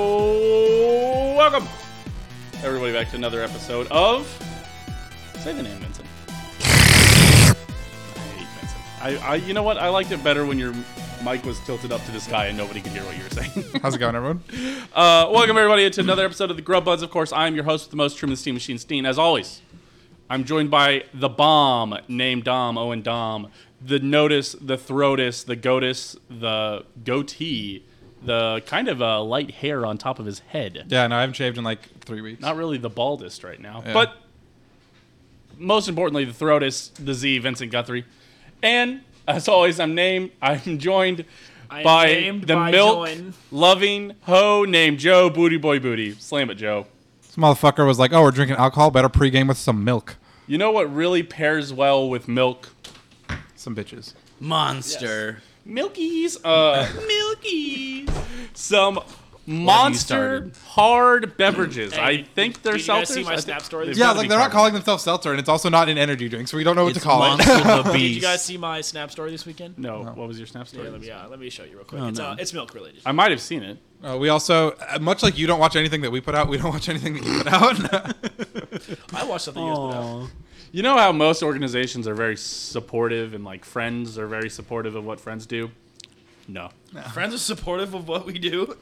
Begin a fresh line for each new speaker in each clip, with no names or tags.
Hello, welcome everybody back to another episode of say the name Vincent. I hate Vincent. I, I you know what? I liked it better when your mic was tilted up to the sky and nobody could hear what you were saying.
How's it going, everyone?
uh, welcome everybody to another episode of the Grub Buds. Of course, I'm your host with the most Truman Steam Machine Steen. As always, I'm joined by the bomb named Dom Owen Dom, the notice, the throatus, the goatus, the goatee, the kind of uh, light hair on top of his head.
Yeah, no, I haven't shaved in like three weeks.
Not really the baldest right now,
Yeah.
but most importantly, the throatus, the Z, Vincent Guthrie, and as always, I'm named. I'm joined
I am
by
named
the
by
milk
Join.
loving hoe named Joe Booty Boy Booty. Slam it, Joe.
This motherfucker was like, "Oh, we're drinking alcohol. Better pregame with some milk,
You know what really pairs well with milk?
some bitches."
Monster.
Milkies, uh, Milkies. Some monster
started.
hard beverages. I
Hey,
think they're
did you guys see
seltzers.
my
I thi-
Snap story?
they've
Yeah,
gotta
like
be
they're not
carbon.
calling themselves seltzer, and it's also not an energy drink, so we don't know what
It's
to call
Monster
it.
the Beast.
Did you guys see my Snap story this weekend?
No. Oh, What was your snap story?
Here, let me, uh, let me show you real quick. it's, uh, it's milk related.
I might have seen it.
uh, we also, uh, much like you don't watch anything that we put out, we don't watch anything that you put out.
I watched something years ago.
You know how most organizations are very supportive and like friends are very supportive of what friends do? No.
Friends are supportive of what we do.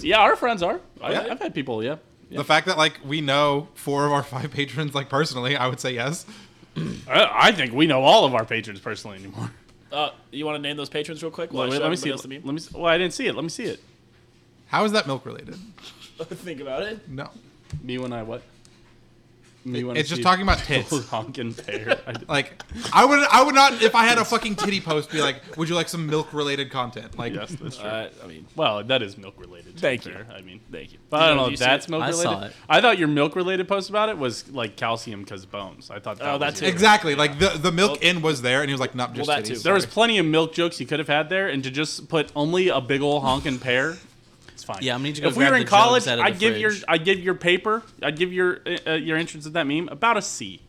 Yeah, our friends are. I,
Yeah.
I've had people, yeah.
The fact that like we know four of our five patrons, like personally, I would say yes.
I, I think we know all of our patrons personally anymore.
Uh, you want to name those patrons real quick? while I
Let,
show
me
everybody
see.
else
Let
the
me,
meme?
let me. see- Well, I didn't see it. Let me see it.
How is that milk related?
Think about it.
No,
Me when I what? Me when
it's just
see
talking about tits.
honking bear. I did-
Like, I would, I would not if I had a fucking titty post. Be like, would you like some milk related content? Like,
yes, that's true.
Uh, I mean,
well, that is milk related. to be
Thank
fair.
you.
I mean, thank you. But I don't
know,
know if
do you see
that's
it?
milk
I
related.
saw it.
I thought your milk related post about it was like calcium because bones. I thought that
Oh,
was
that
your-
too.
Exactly. Like the, the milk in was there, and he was like, "Not just
that too.
titties."
There was plenty of milk jokes you could have had there, and to just put only a big ol' honking pear, it's fine.
Yeah, I'm gonna need you to
if
go
we
grab
were
the
in college,
jugs out of the
I'd give your
fridge.
I'd give your paper, I'd give your uh, uh, your entrance at that meme about a C.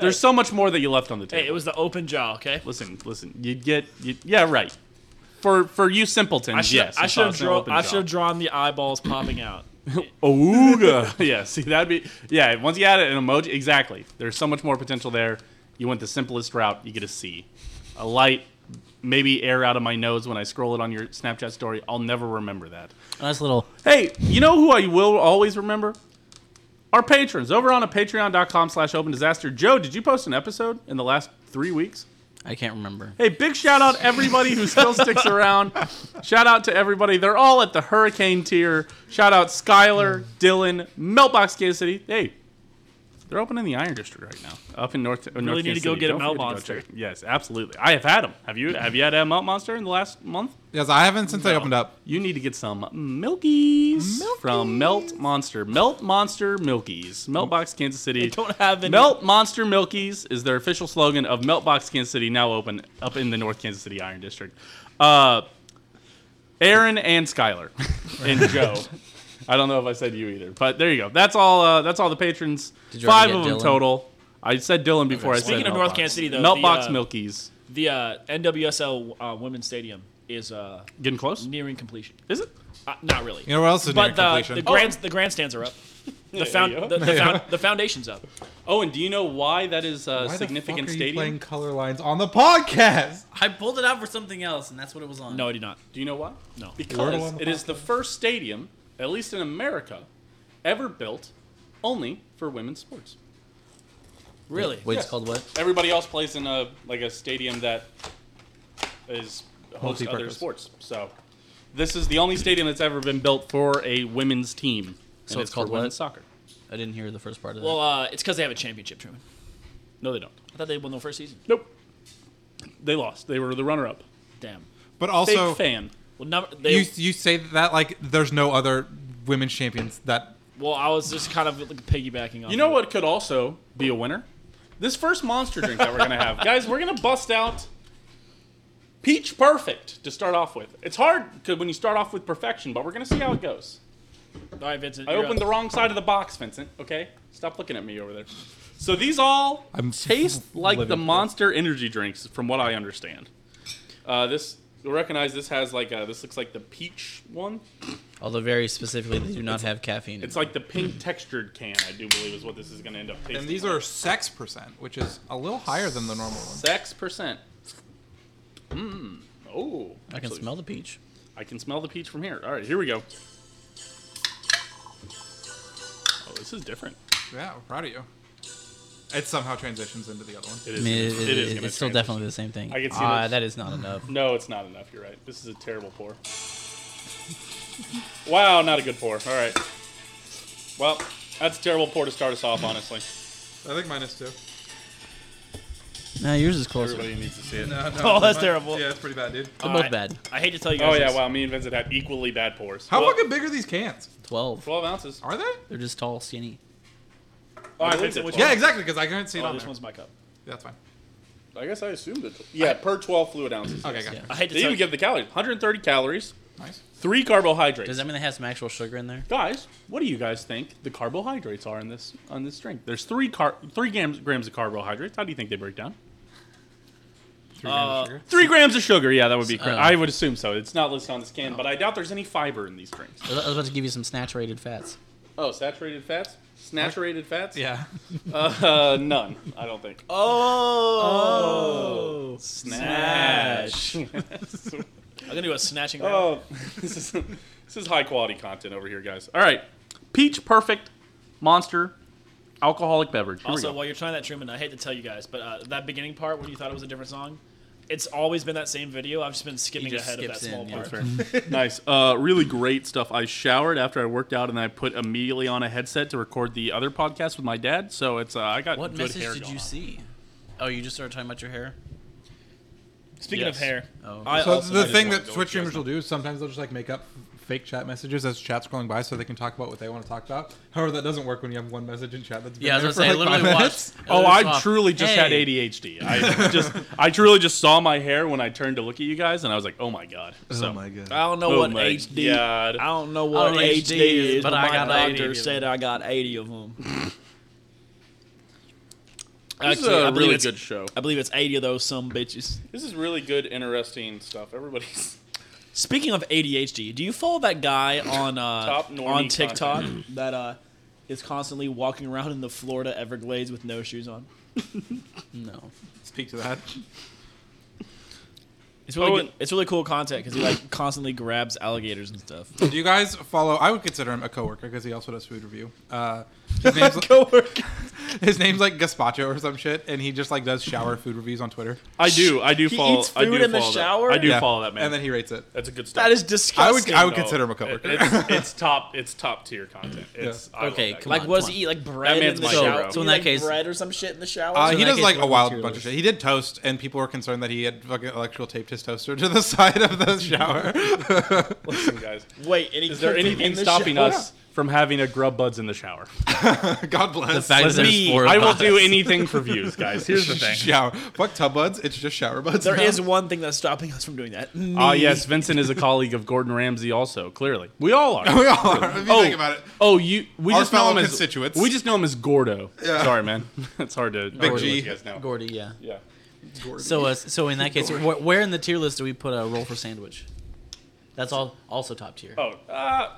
There's so much more that you left on the table.
hey, it was the open jaw. Okay.
listen, listen. You'd get you, yeah, right. For for you simpletons,
I should.
yes.
I
it's
should have
awesome.
drawn.
Open
I
jaw.
should have drawn the eyeballs popping out.
Ooga. yeah, see that'd be yeah. Once you add an emoji, exactly. There's so much more potential there. You went the simplest route. You get a C, a light, maybe air out of my nose when I scroll it on your Snapchat story. I'll never remember that.
A nice little.
Hey, you know who I will always remember? Our patrons over on a patreon.com slash open disaster. Joe, did you post an episode in the last three weeks?
I can't remember.
Hey, big shout out everybody who still sticks around. Shout out to everybody. They're all at the hurricane tier. Shout out Skylar, Dylan, Meltbox Kansas City. Hey, they're opening the Iron District right now, up in North. Really
need to go get a Melt Monster.
yes, absolutely. I have had them. Have you? Have you had a Melt Monster in the last month?
yes, I haven't since I opened up.
You need to get some Milkies, from Melt Monster. Melt Monster Milkies. Meltbox Kansas City.
don't have any-
Melt Monster Milkies is their official slogan of Meltbox Kansas City, now open up in the North Kansas City Iron District. Uh, Aaron and Skylar and Joe. I don't know if I said you either, but there you go. That's all. Uh, that's all the patrons.
you
Five
already
of them
get Dylan?
total. I said Dylan before I said.
Speaking of North
Meltbox.
Kansas City, though, the,
Meltbox
uh,
Milkies
The uh, NWSL uh, Women's Stadium is uh,
getting close.
nearing completion.
Is it?
Uh, not really.
You know what else is near
But the,
completion?
the,
Oh.
grand, the grandstands are up. The, found,
yeah.
the, the, found, the foundation's up.
Oh, and do you know why that is a
Why the
significant
fuck are you
stadium?
playing color lines on the podcast.
I pulled it out for something else, and that's what it was on.
No, I do not.
Do you know why?
No.
Wordle
Because
on the
it is the first stadium, at least in America, ever built only for women's sports.
Really?
Wait,
Yeah.
it's called what?
Everybody else plays in a like a stadium that is hosts other
Multi-purpose.
sports. So this is the only stadium that's ever been built for a women's team. And
So it's called
for women's
what?
soccer.
I didn't hear the first part of that.
Well, uh, it's because they have a championship, Truman.
No, they don't.
I thought they won the first season.
Nope. They lost. They were the runner-up.
Damn.
But
Big
also,
fan.
Well, number, they,
you you say that like there's no other women's champions that.
well, I was just kind of like, piggybacking on.
You know what could also be a winner? This first monster drink that we're gonna have, guys. We're gonna bust out peach perfect to start off with. It's hard 'cause when you start off with perfection, but we're gonna see how it goes.
All right, Vincent.
I
you're
opened the
up.
wrong side of the box, Vincent. Okay, stop looking at me over there. So these all
I'm
taste like
living
the
for it.
monster energy drinks, from what I understand. Uh, this You'll recognize this has like a, this looks like the peach one.
Although very specifically, they do not have caffeine. in
It's
it.
like the pink textured can. I do believe is what this is going to end up tasting.
And these
like.
are sex percent, which is a little higher than the normal ones.
six percent. Mmm. Oh,
I can smell the peach.
I can smell the peach from here. All right, here we go. Oh, this is different.
Yeah, we're proud of you. It somehow transitions into the other one.
It
I
is.
mean, it,
gonna-
it-
it is.
it-
gonna
it's still
transition.
definitely the same thing.
I can see
Ah,
those.
that is not enough.
No, it's not enough. You're right. This is a terrible pour. wow, not a good pour. All right. Well, that's a terrible pour to start us off. Honestly,
I think minus two.
No, yours is closer.
everybody needs to see it.
No, no,
Oh, that's
mine-
terrible.
Yeah, it's pretty bad, dude.
They're
I-
both bad.
I hate to tell you
Oh
guys.
yeah,
this.
wow. Me and Vincent had equally bad pours.
How
Well,
fucking big are these cans?
Twelve.
Twelve ounces.
Are they?
They're just tall, skinny.
Oh, I
Which
picked it.
one's-
Twelve.
Yeah, exactly, because I couldn't see it
Oh,
on
this
there.
one's my cup.
That's fine.
I guess I assumed it. Yeah, per 12 fluid ounces.
Okay,
yes.
gotcha.
Yeah.
I hate to
They even
tell you.
give the calories 130 calories,
Nice.
three carbohydrates.
Does that mean they have some actual sugar in there?
guys, what do you guys think the carbohydrates are in this on this drink? There's three car- three grams grams of carbohydrates. How do you think they break down?
Three grams of sugar.
Three grams of sugar. Yeah, that would be correct.
Oh.
I would assume so. It's not listed on this can, but I doubt there's any fiber in these drinks.
I was I was about to give you some snaturated fats.
Oh, saturated fats. Snaturated fats?
Yeah.
Uh, none. I don't think. Oh,
Oh,
snatch.
I'm gonna do a snatching. round.
Oh, this is this is high quality content over here, guys. All right, peach perfect monster alcoholic beverage. Here we
Also,
go.
while you're trying that Truman, I hate to tell you guys, but uh, that beginning part where you thought it was a different song, it's always been that same video. I've just been skipping
just
ahead of that
skips in,
small
yeah.
part.
nice, uh, really great stuff. I showered after I worked out, and I put immediately on a headset to record the other podcast with my dad. So it's uh, I got
What
good
message
hair
did
going
you
on.
see? Oh, you just started talking about your hair.
Speaking
Yes.
of hair,
Oh.
I
So
also
the
just
thing
wanted
that
to let
Twitch
you guys
streamers will do is sometimes they'll just like make up fake chat messages as chat's scrolling by so they can talk about what they want to talk about. However, that doesn't work when you have one message in chat that's been
Yeah, I was
there
gonna
for
say, I
like
literally
five minutes.
watched.
Oh,
literally saw-
I truly just had
Hey.
ADHD. I just, I truly just saw my hair when I turned to look at you guys, and I was like, "Oh my god!" So,
oh my god.
I don't know
Oh
what
my
HD.
God.
I don't know
I
what
don't know what
HD
HD
is, but I got my
80
doctor
of them.
said I got 80 of them.
this is
Actually, I
a
believe
really
it's-
good show.
I believe it's 80 of those some bitches.
This is really good, interesting stuff. Everybody's
Speaking of ADHD, do you follow that guy on uh,
Top normie
on TikTok that uh, is constantly walking around in the Florida Everglades with no shoes on?
No.
Speak to that.
It's really
Oh,
good, it's really cool content because he like constantly grabs alligators and stuff.
Do you guys follow? I would consider him a coworker because he also does food review. Uh, his, name's, his name's like Gaspacho or some shit, and he just like does shower food reviews on Twitter.
I do. I do
He
follow.
eats
I do
food in the
follow that.
shower?
I do
Yeah.
follow that man.
and then he rates it.
That's a good stuff.
That is
I would
disgusting.
I would consider him a
It-
coworker.
it's, it's top. It's top tier content. It's, I love
Okay,
that
come
guy.
like,
on,
was
on.
he eat like bread
man's
in the
my hero.
shower?
So
Did he eat,
in that
like,
case-
bread or some shit in the shower.
Uh, he
in that
does
case,
like
what
a
was
wild
your
bunch of
list?
shit. He did toast, and people were concerned that he had fucking electrical taped his toaster to the side of the shower.
Listen, guys.
Wait, and he
Is there
cooked it in
anything
the
stopping
shower?
us from having a grub buds in the shower?
God bless.
The fact that
Listen,
there's four
I
of
will
us.
do anything for views, guys. Here's the thing.
shower. Fuck tub buds. It's just shower buds.
There
now.
is one thing that's stopping us from doing that.
Ah, yes, Vincent is a colleague of Gordon Ramsay. Also, clearly, we all are.
We all are. If you think about it.
Oh, you. We
Our
just know
fellow
him as
constituents.
We just know him as Gordo.
Yeah.
Sorry, man. it's hard to.
Big G.
Gordy, yeah.
Yeah.
So, uh, so in that case, wh- where in the tier list do we put a roll for sandwich? That's all. Also top tier.
Oh. Uh,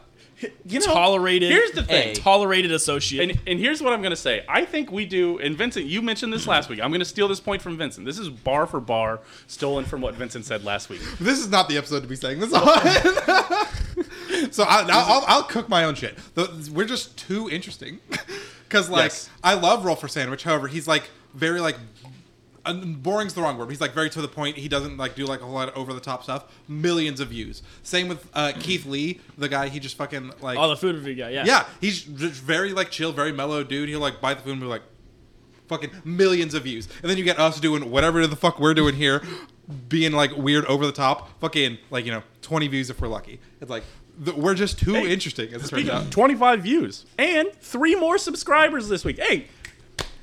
you know,
tolerated.
Here's the thing.
Hey.
tolerated associate.
And, and here's what I'm going to say. I think we do, and Vincent, you mentioned this last week. I'm going to steal this point from Vincent. This is bar for bar, stolen from what Vincent said last week.
This is not the episode to be saying this on. so I, now I'll, I'll cook my own shit. The- We're just too interesting. Because like
Yes.
I love roll for sandwich. However, he's like very like un- boring's the wrong word. but He's like very to the point. He doesn't like do like a whole lot of over the top stuff. Millions of views. Same with uh, Keith Lee, the guy. He just fucking like
oh, the food review guy. Yeah.
yeah. He's just very like chill, very mellow dude. He'll like bite the food and be like fucking millions of views. And then you get us doing whatever the fuck we're doing here, being like weird over the top, fucking like, you know, 20 views if we're lucky. It's like, th- we're just too interesting as it turns out.
25 views and three more subscribers this week. Hey,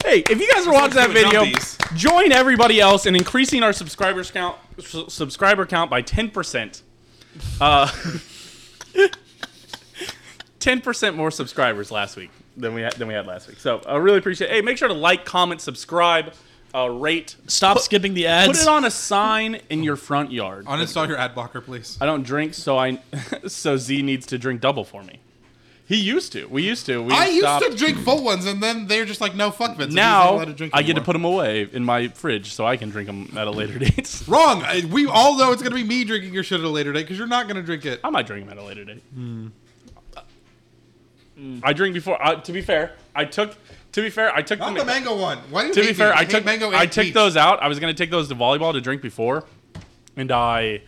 hey, if you guys are watching that
doing
video,
numbies.
join everybody else in increasing our subscribers count s- subscriber count by 10%. Uh, 10% more subscribers last week than we had, than we had last week. So I really appreciate. Hey, make sure to like, comment, subscribe. uh, rate.
Stop
Put-
skipping the ads.
Put it on a sign in your front yard.
Uninstall your ad blocker, please.
I don't drink, so I so Z needs to drink double for me. He used to. We used to. We
I used
stopped.
to drink full ones, and then they're just like, no, fuck Vince.
Now
I get
I get to put them away in my fridge so I can drink them at a later date.
Wrong. I- We all know it's gonna be me drinking your shit at a later date because you're not gonna drink it.
I might drink them at a later date. I drink before. Uh, to be fair, I took. To be fair, I took
Not
them.
the mango one. Why do you
to be
hate
fair,
these?
I
hate
took
mango.
I
and
took
peach.
those out. I was gonna take those to volleyball to drink before, and I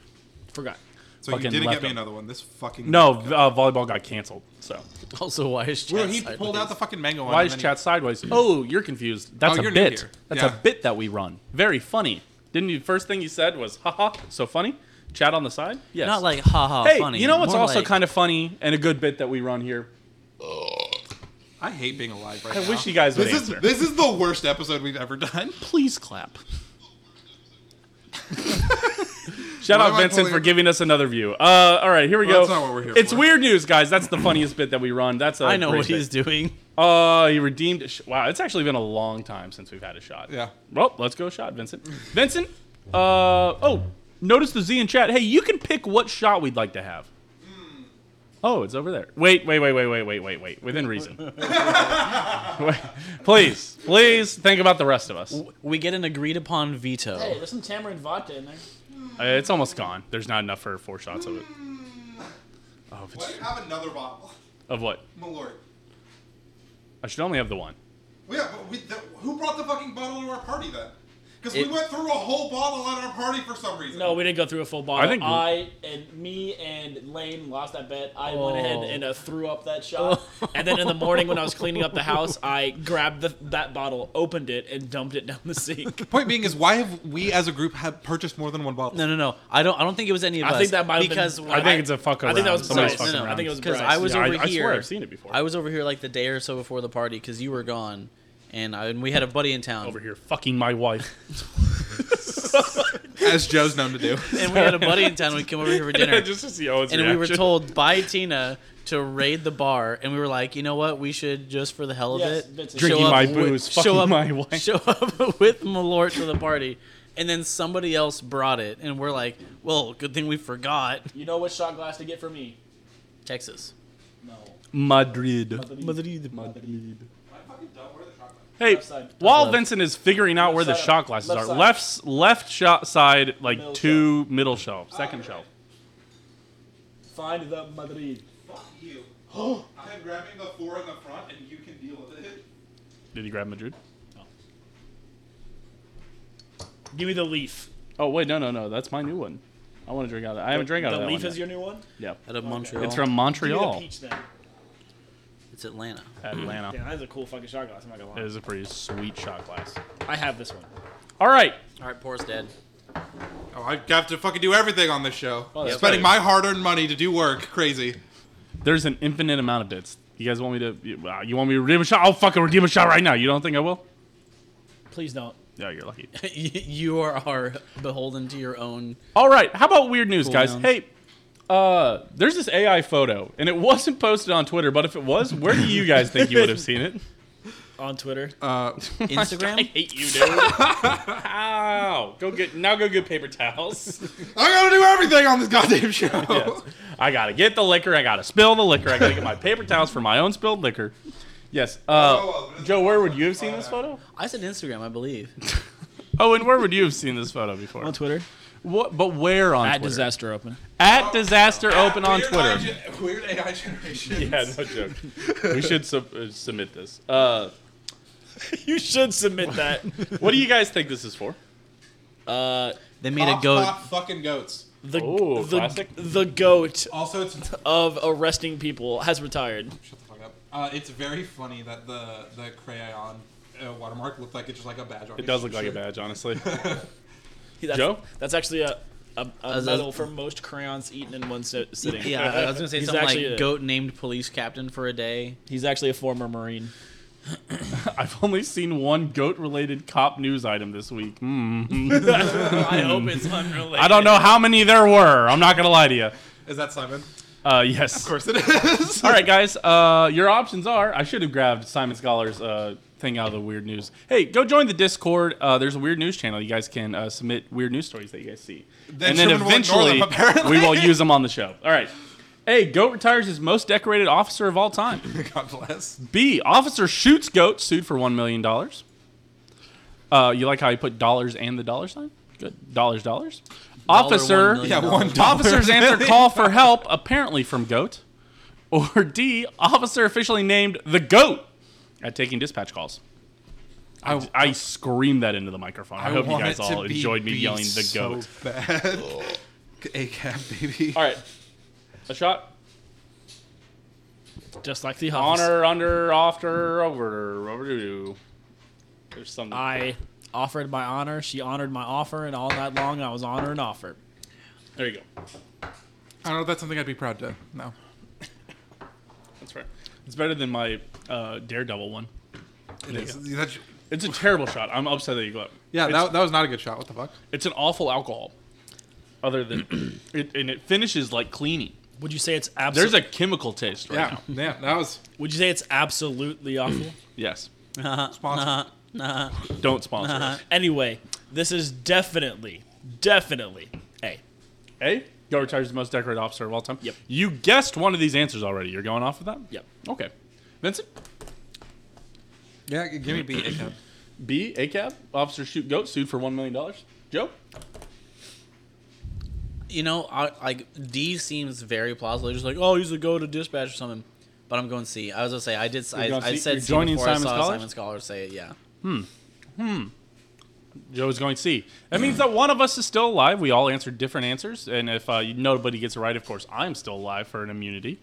Forgot.
So you
fucking
didn't
left
get me
them.
another one. This fucking
no uh, volleyball got canceled. So
Also, why is chat
Well, he
sideways?
pulled out the fucking mango one.
why
and
is
then he-
chat sideways? Oh, you're confused. That's
Oh,
a
you're new
bit.
here.
That's
Yeah.
a bit that we run. Very funny. Didn't you? First thing you said was haha. So funny. Chat on the side. Yes.
Not like haha.
hey,
funny.
you know what's
more
also
like,
kind of funny and a good bit that we run here.
I hate being alive right
I
now.
wish you guys would
This is
answer.
this is the worst episode we've ever done.
Please clap. Shout
Why
out
am I
Vincent
pulling-
for giving us another view. Uh, all right, here we
Well,
go.
that's not what we're here
It's
for.
weird news, guys. That's the funniest bit that we run. That's a
I know
great
what
bit.
he's doing.
Uh, he redeemed. A sh- wow, it's actually been a long time since we've had a shot.
Yeah.
Well, let's go shot, Vincent. Vincent. Uh oh. Notice the Z in chat. Hey, you can pick what shot we'd like to have. Oh, it's over there. Wait, wait, wait, wait, wait, wait, wait, wait. Within reason. Wait, please, please think about the rest of us. Uh,
We get an agreed upon veto.
Hey, there's some tamarind vodka in there.
Uh, It's almost gone. There's not enough for four shots of it. Oh, if
Why do
it's-
you have another bottle, Oh,
of what?
my lord?
I should only have the one.
Well, yeah, but we, th- who brought the fucking bottle to our party then? Because
It-
we went through a whole bottle at our party for some reason.
No, we didn't go through a full bottle. I,
think-
and me and Lane lost that bet. I
Oh.
went ahead and uh, threw up that shot.
Oh.
and then in the morning when I was cleaning up the house, I grabbed the, that bottle, opened it, and dumped it down the sink.
Point being is, why have we as a group have purchased more than one bottle?
No, no, no. I don't. I don't think it was any of us.
I think that might have
because
been.
I think it's a fuck
I think that
around.
was
Somebody's
Bryce.
fucking
No, no, I
around.
think it was
because
Bryce.
I was
Yeah, I-
over
I swear
here.
I've seen it before.
I was over here like the day or so before the party because you were gone, and I, and we had a buddy in town.
over here fucking my wife.
As Joe's known to do.
And we had a buddy in town. We came over here for dinner,
just to see Owen's
and we
reaction.
were told by Tina to raid the bar, and we were like, you know what? We should just for the hell of
Yes,
it,
Vincent.
show
Drinking
up
my
wi-
booze,
show
fucking
up,
my wife.
show up with Malort to the party. And then somebody else brought it, and we're like, "Well, good thing we forgot
You know what shot glass to get for me?
Texas."
No.
Madrid.
Madrid,
Hey,
Left side.
while
Left.
Vincent is figuring out where the
side up.
shot glasses
Left
are,
side.
left s- left shot side, like
Middle
two middle shelf, second shelf.
Find the Madrid.
Fuck you. I'm grabbing the four in the front, and you can deal with it.
Did he grab Madrid?
Give me the leaf.
Oh wait, no, no, no. That's my new one. I want to drink out of. I haven't drank out
the
of that
leaf
one
is
yet.
your new one?
Yeah,
out of Montreal.
it's from
Give me the
Montreal,
peach then.
It's Atlanta.
Atlanta.
Damn, that is a cool fucking shot glass. I'm not gonna lie.
It is a pretty sweet shot glass.
I have this one.
All right,
All right, pours dead.
Oh, I have to fucking do everything on this show.
Well, that's
Spending
right.
my hard-earned money to do work. Crazy.
there's an infinite amount of bits. You guys want me to? You, uh, you want me to redeem a shot? I'll fucking redeem a shot right now. You don't think I will?
Please don't.
Yeah, you're lucky.
you are, are beholden to your own.
All right. How about weird news, guys?
down.
Hey, uh, there's this AI photo, and it wasn't posted on Twitter. But if it was, where do you guys think you would have seen it?
On Twitter.
Uh,
I
Instagram?
hate you, dude. Ow! Go get now. Go get paper towels.
I gotta do everything on this goddamn show.
Yes. I gotta get the liquor. I gotta spill the liquor. I gotta get my paper towels for my own spilled liquor. Yes.
Oh,
Uh, Joe, where would you have seen this photo?
I said Instagram, I believe.
Oh, and where would you have seen this photo before?
Twitter.
What? But where on
At
Twitter?
Disaster Open.
At disaster open on
Weird
Twitter.
AI gen- weird AI generation.
Yeah, no joke. we should sub- uh, submit this. Uh,
You should submit that.
what do you guys think this is for?
Uh,
They made
Pop,
a goat.
pop, fucking goats.
the
Oh,
the,
classic.
the goat
Also, it's
of arresting people has retired.
shut the fuck up. Uh, it's very funny that the the crayon uh, watermark looked like it's just like a badge on.
It does look like a badge, honestly.
That's,
Joe?
That's actually a, a, a
As a-
medal for most crayons eaten in one sit- sitting.
Yeah, I was gonna say
He's
something like
actually a-
goat named police captain for a day.
He's actually a former Marine.
I've only seen one goat-related cop news item this week. Hmm.
I hope it's unrelated.
I don't know how many there were. I'm not gonna lie to you.
Is that Simon?
Uh, yes.
Of course it is.
All right, guys. Uh, your options are: I should have grabbed Simon Scholar's uh, thing out of the weird news. Hey, go join the Discord. Uh, there's a weird news channel. You guys can uh, submit weird news stories that you guys see, and
Then
then
Sherman will ignore
eventually
them, apparently.
we will use them on the show. All right. A. Goat retires his most decorated officer of all time.
God bless.
B. Officer shoots goat, sued for one million dollars. Uh, you like how you put dollars and the dollar sign? Good. Dollars, dollars. Officer.
one
Yeah,
No.
one dollar.
Officers answer call for help, apparently from GOAT. Or D, officer officially named the GOAT at taking dispatch calls. I, I screamed that into the microphone. I, hope you
want
guys
it to
all
be
enjoyed me
beat
yelling the
so
GOAT.
Bad. A cap, baby.
All right. A shot.
Just like the Huffs.
Honor, under, after, over, overdue. There's something.
I offered my honor. She honored my offer, and all night long I was honor and offer.
there you go.
I don't know if that's something I'd be proud to. No.
That's right. It's better than my uh, Daredevil one.
It is. That's-
It's a terrible shot. I'm upset that you got.
yeah,
It's-
that, that was not a good shot. What the fuck?
It's an awful alcohol. Other than it, and it finishes like cleaning.
Would you say it's absolutely?
There's a chemical taste right
Yeah,
now.
yeah, that was
Would you say it's absolutely awful?
Yes.
sponsored.
Don't sponsor
Uh-huh.
us.
anyway, this is definitely, definitely a.
A. Go retires the most decorated officer of all time.
Yep.
You guessed one of these answers already. You're going off of that.
Yep.
Okay. Vincent.
Yeah, g- give me B. A cap.
B. A. Cab. Officer shoot goat sued for one million dollars. Joe.
You know, I, like D seems very plausible. Just like, oh, he's a go to dispatch or something. But I'm going C. I was gonna say I did. I,
going
I
C?
said
You're
C
joining
before
Simon
I saw
Scholars?
Simon Scholar say it. Yeah.
Joe is going C. That means that one of us is still alive. We all answered different answers, and if uh, nobody gets it right, of course, I'm still alive for an immunity.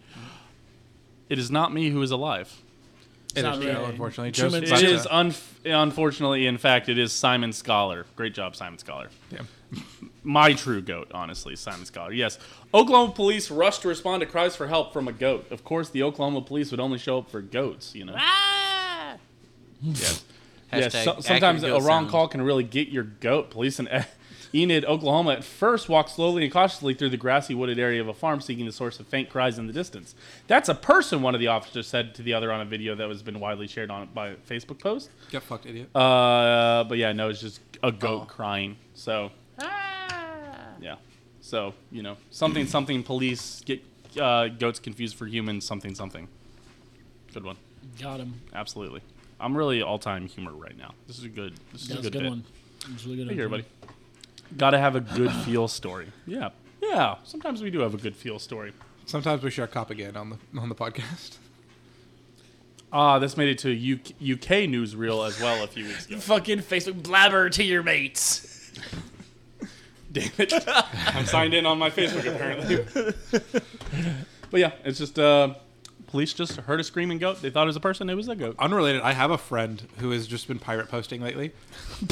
It is not me who is alive.
It
not
is,
me.
yeah, unfortunately.
Truman
Joe's
It
Gotcha.
is un- unfortunately, in fact, it is Simon Scholar. Great job, Simon Scholar.
Yeah.
My true goat, honestly, Simon Scholar. Yes, Oklahoma police rushed to respond to cries for help from a goat. Of course, the Oklahoma police would only show up for goats, you know. Yes. yes.
Hashtag
so- sometimes a
accurate goat
wrong
sound.
call can really get your goat. Police in Enid, Oklahoma, at first walked slowly and cautiously through the grassy wooded area of a farm, seeking the source of faint cries in the distance. That's a person, one of the officers said to the other on a video that has been widely shared on by a Facebook post.
Get fucked, idiot.
Uh, but yeah, no, it's just a
Oh.
goat crying. So,
Ah.
yeah. So you know, something something. Police get uh, goats confused for humans. Something something. Good one.
Got him.
Absolutely. I'm really all time humor right now. This is a good. This is
That
a
was
good, bit.
one. It was a really good.
Hey,
one.
everybody. Got to have a good feel story. Yeah. Yeah. Sometimes we do have a good feel story.
Sometimes we share cop again on the on the podcast.
Ah, this made it to UK, UK newsreel as well a few weeks ago.
Fucking Facebook blabber to your mates.
Damn it. I'm signed in on my Facebook apparently. but yeah, it's just uh police just heard a screaming goat. They thought it was a person, it was a
Uh,
goat.
Unrelated, I have a friend who has just been pirate posting lately.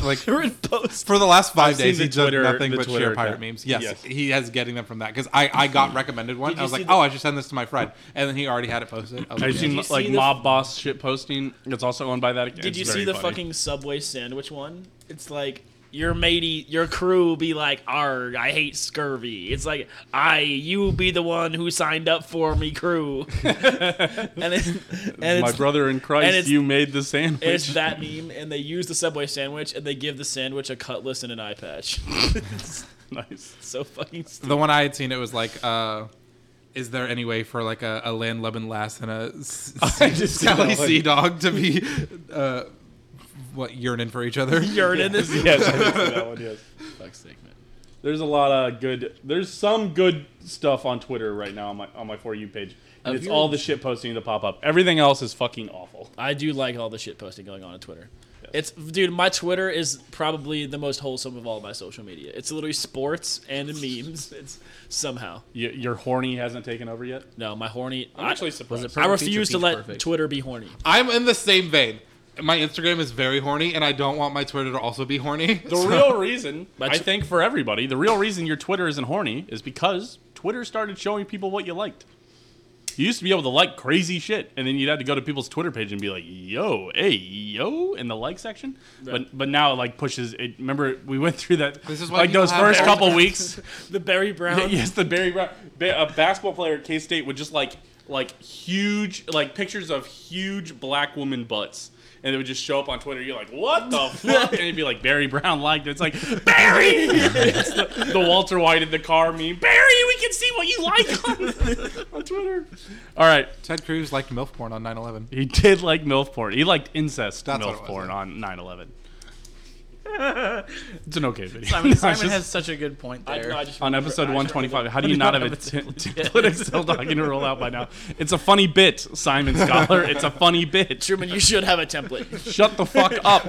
Like
Post.
for the last 5
seen
days,
the
he does
Twitter-
nothing
the
but
Twitter
share pirate
account.
memes. Yes,
Yes.
he has getting them from that because I, I got recommended one.
Did
I
you
was
see
like,
the-
oh, I should send this to my friend, and then he already had it posted. I was like,
I've seen
you see
like
the-
mob boss shit posting. It's also owned by that account.
Did
It's
you
very
see the
funny.
fucking Subway sandwich one? It's like your matey, your crew be like, "Arg, I hate scurvy." It's like, "I, you be the one who signed up for me, crew." and then, and
my
it's,
brother in
and
Christ,
it's-
you made the sandwich.
and it's that meme, and they use the Subway sandwich, and they give the sandwich a cutlass and an eye patch. it's
nice.
so fucking. Stupid.
the one I had seen. It was like, uh, is there any way for like a, a land Lubin lass and a s-
I just see that
Sally
one.
sea dog to be uh, what yearning for each other?
Urine in this.
Yes, I did see that one, yes. There's a lot of good. There's some good stuff on Twitter right now on my on my for you page. And
Of
it's
your-
all the shit posting that pop up. Everything else is fucking awful.
I do like all the shit posting going on on Twitter. It's dude, my Twitter is probably the most wholesome of all my social media. It's literally sports and memes. It's somehow
Y- your horny hasn't taken over yet.
no, my horny.
I'm
I-
actually surprised.
it
I
Perfect feature,
refuse to
peach
let
perfect.
Twitter be horny.
I'm in the same vein. My Instagram is very horny, and I don't want my Twitter to also be horny.
The real reason,
But-
I think, for everybody, the real reason your Twitter isn't horny is because Twitter started showing people what you liked. You used to be able to like crazy shit, and then you'd have to go to people's Twitter page and be like, "Yo, hey, yo," in the like section. But but now it like pushes. It, remember, we went through that.
This is why
like
people
those
have
first
Barry
couple
Bonds.
weeks.
The Barry Brown.
yes, the Barry Brown, ba- a basketball player at K State would just like like huge like pictures of huge black woman butts. and it would just show up on Twitter. You're like, what the fuck? And it'd be like Barry Brown liked it. It's like Barry, it's the, the Walter White in the car meme. Barry, we can see what you like on, on Twitter. All right,
Ted Cruz liked milf porn on 9/11.
he did like milf porn. He liked incest
That's what
milf
it was,
porn
yeah.
on 9/11. it's an okay video.
Simon,
It's
Simon
just-
has such a good point
I,
there.
no, I just
on
remember-
episode
I just
125.
remember
How do you not have a t- template Excel document to roll out by now? It's a funny bit, Simon Scholar. It's a funny bit.
Truman, you should have a template.
Shut the fuck up.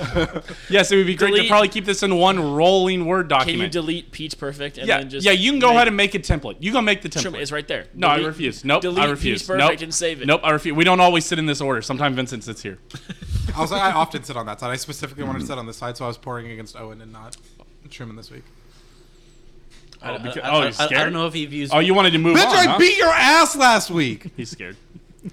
yes, it would be great to
Delete.
probably keep this in one rolling Word
Can you
document.
delete Peach Perfect and
yeah,
then just
yeah, you can go
make-
ahead and make a template. You can make the template.
Truman, it's right there.
no, I
Delete-
refuse. Nope,
delete
I refuse.
Peach Perfect
nope.
and save it.
Nope, I refuse. We don't always sit in this order. Sometimes Vincent sits here.
I was like, I often sit on that side. I specifically wanted to sit on this side, so I was pouring against Owen and not Truman this week.
I, don't-
because-
I- I-
oh,
I-
you're
I,
scared?
don't know if he views.
Oh, you wanted to move
Bitch,
on?
I
huh?
beat your ass last week.
He's scared.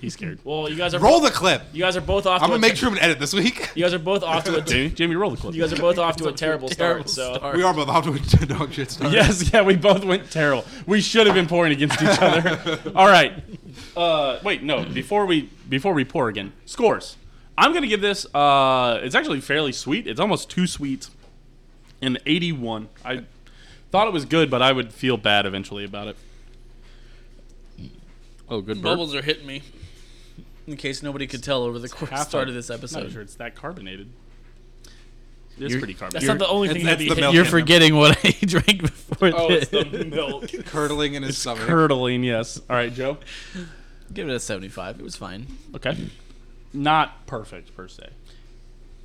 He's scared.
Well, you guys are
Roll the clip.
you guys are both off.
I'm
to a
gonna make
ter-
Truman edit this week.
You guys are both off to a.
Jamie, Jamie, roll the clip.
you guys are both off to a terrible,
terrible
start. So
start.
We are both off to a dog shit start.
Yes, yeah, we both went terrible. We should have been pouring against each other. All right. Uh, wait, no. Before we before we pour again, scores. I'm gonna give this. Uh, it's actually fairly sweet. It's almost too sweet. An 81. I thought it was good, but I would feel bad eventually about it. Oh, good burp.
Bubbles are hitting me. In case nobody could tell over the course
Half
start
a-
of this
I'm not
episode,
sure it's that carbonated. It's
You're-
pretty
that's
carbonated.
not the only
It's-
thing
it's
that
the
be
milk.
hit.
you're
Okay.
forgetting what I drank before
oh,
this.
it's the milk.
Curdling in his stomach.
Curdling, yes. All right, Joe.
Give it a 75. It was fine.
Okay. Not perfect per se,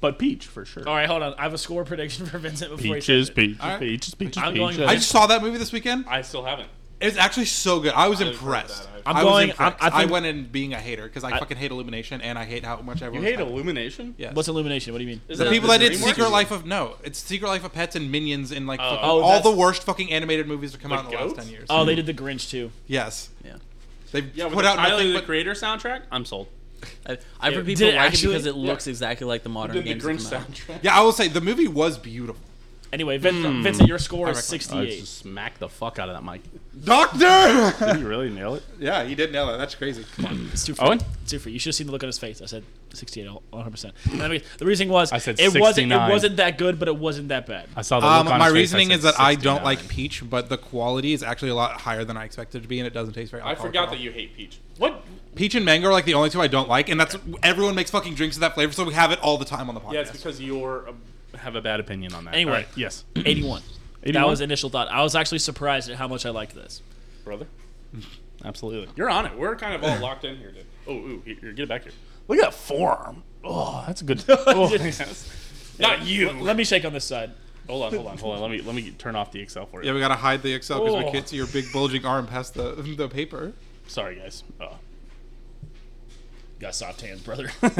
but peach for sure.
All right, hold on. I have a score prediction for Vincent before he
Peaches,
says it.
peaches,
All right.
peaches, peaches,
I'm going-
peaches.
I just saw that movie this weekend.
I still haven't.
It's actually so good. I was
haven't heard
impressed.
that.
I'm
I was
going-
impressed.
I'm- I
I
think-
went in being a hater because I, fucking hate Illumination and I hate how much
You
everyone.
hate Illumination?
Yes.
What's illumination? What do you mean?
the
that
people
the
that did
DreamWorks?
Secret Life of No, it's Secret Life of Pets and Minions and like fucking-
Oh,
all the
that's-
worst fucking animated movies to come
Like
out in the last
goats?
ten years.
Oh, they did the Grinch too.
yes,
Yeah.
they've
Yeah, with
put
the
out
Tyler
nothing
the
but
Creator soundtrack. I'm sold.
I, I've heard
Did
people
it
like
actually-
it because it
Yeah.
looks exactly like the modern
Did the
games.
Grinch
that come out.
soundtrack?
Yeah, I will say the movie was beautiful.
Anyway, Vincent, Vincent your score
I
is
recommend-
Hmm. I
sixty-eight.
just smacked the fuck out of that mic.
Doctor.
Did you really nail it,
yeah, he did nail that. That's crazy.
It's two for
Owen?
It's two for you. You should have seen the look on his face. I said 68, 100. percent The reason was
I said
it wasn't it
69.
wasn't that good, but it wasn't that bad.
I saw the
Um,
look on
my
his face,
reasoning
said
is that I don't
69.
like peach, but the quality is actually a lot higher than I expected it to be, and it doesn't taste very.
I
alcoholic at
forgot
all.
that you hate peach. What?
peach and mango are like the only two I don't like, and that's everyone makes fucking drinks of that flavor, so we have it all the time on the podcast.
Yeah, it's because you're uh, have a bad opinion on that.
Anyway.
All right, yes,
81.
81?
That was initial thought. I was actually surprised at how much I liked this.
brother. Absolutely, you're on it. We're kind of all locked in here, dude. Oh, ooh, here, here, get it back here. Look at that forearm. Oh, that's a good. Oh, yes. Not you.
Let me shake on this side.
Hold on, hold on, hold on. Let me let me turn off the Excel for you.
Yeah, we gotta hide the Excel because
Oh.
we can't see your big bulging arm past the the paper.
Sorry, guys. Oh,
Got soft hands, brother.
Fuck,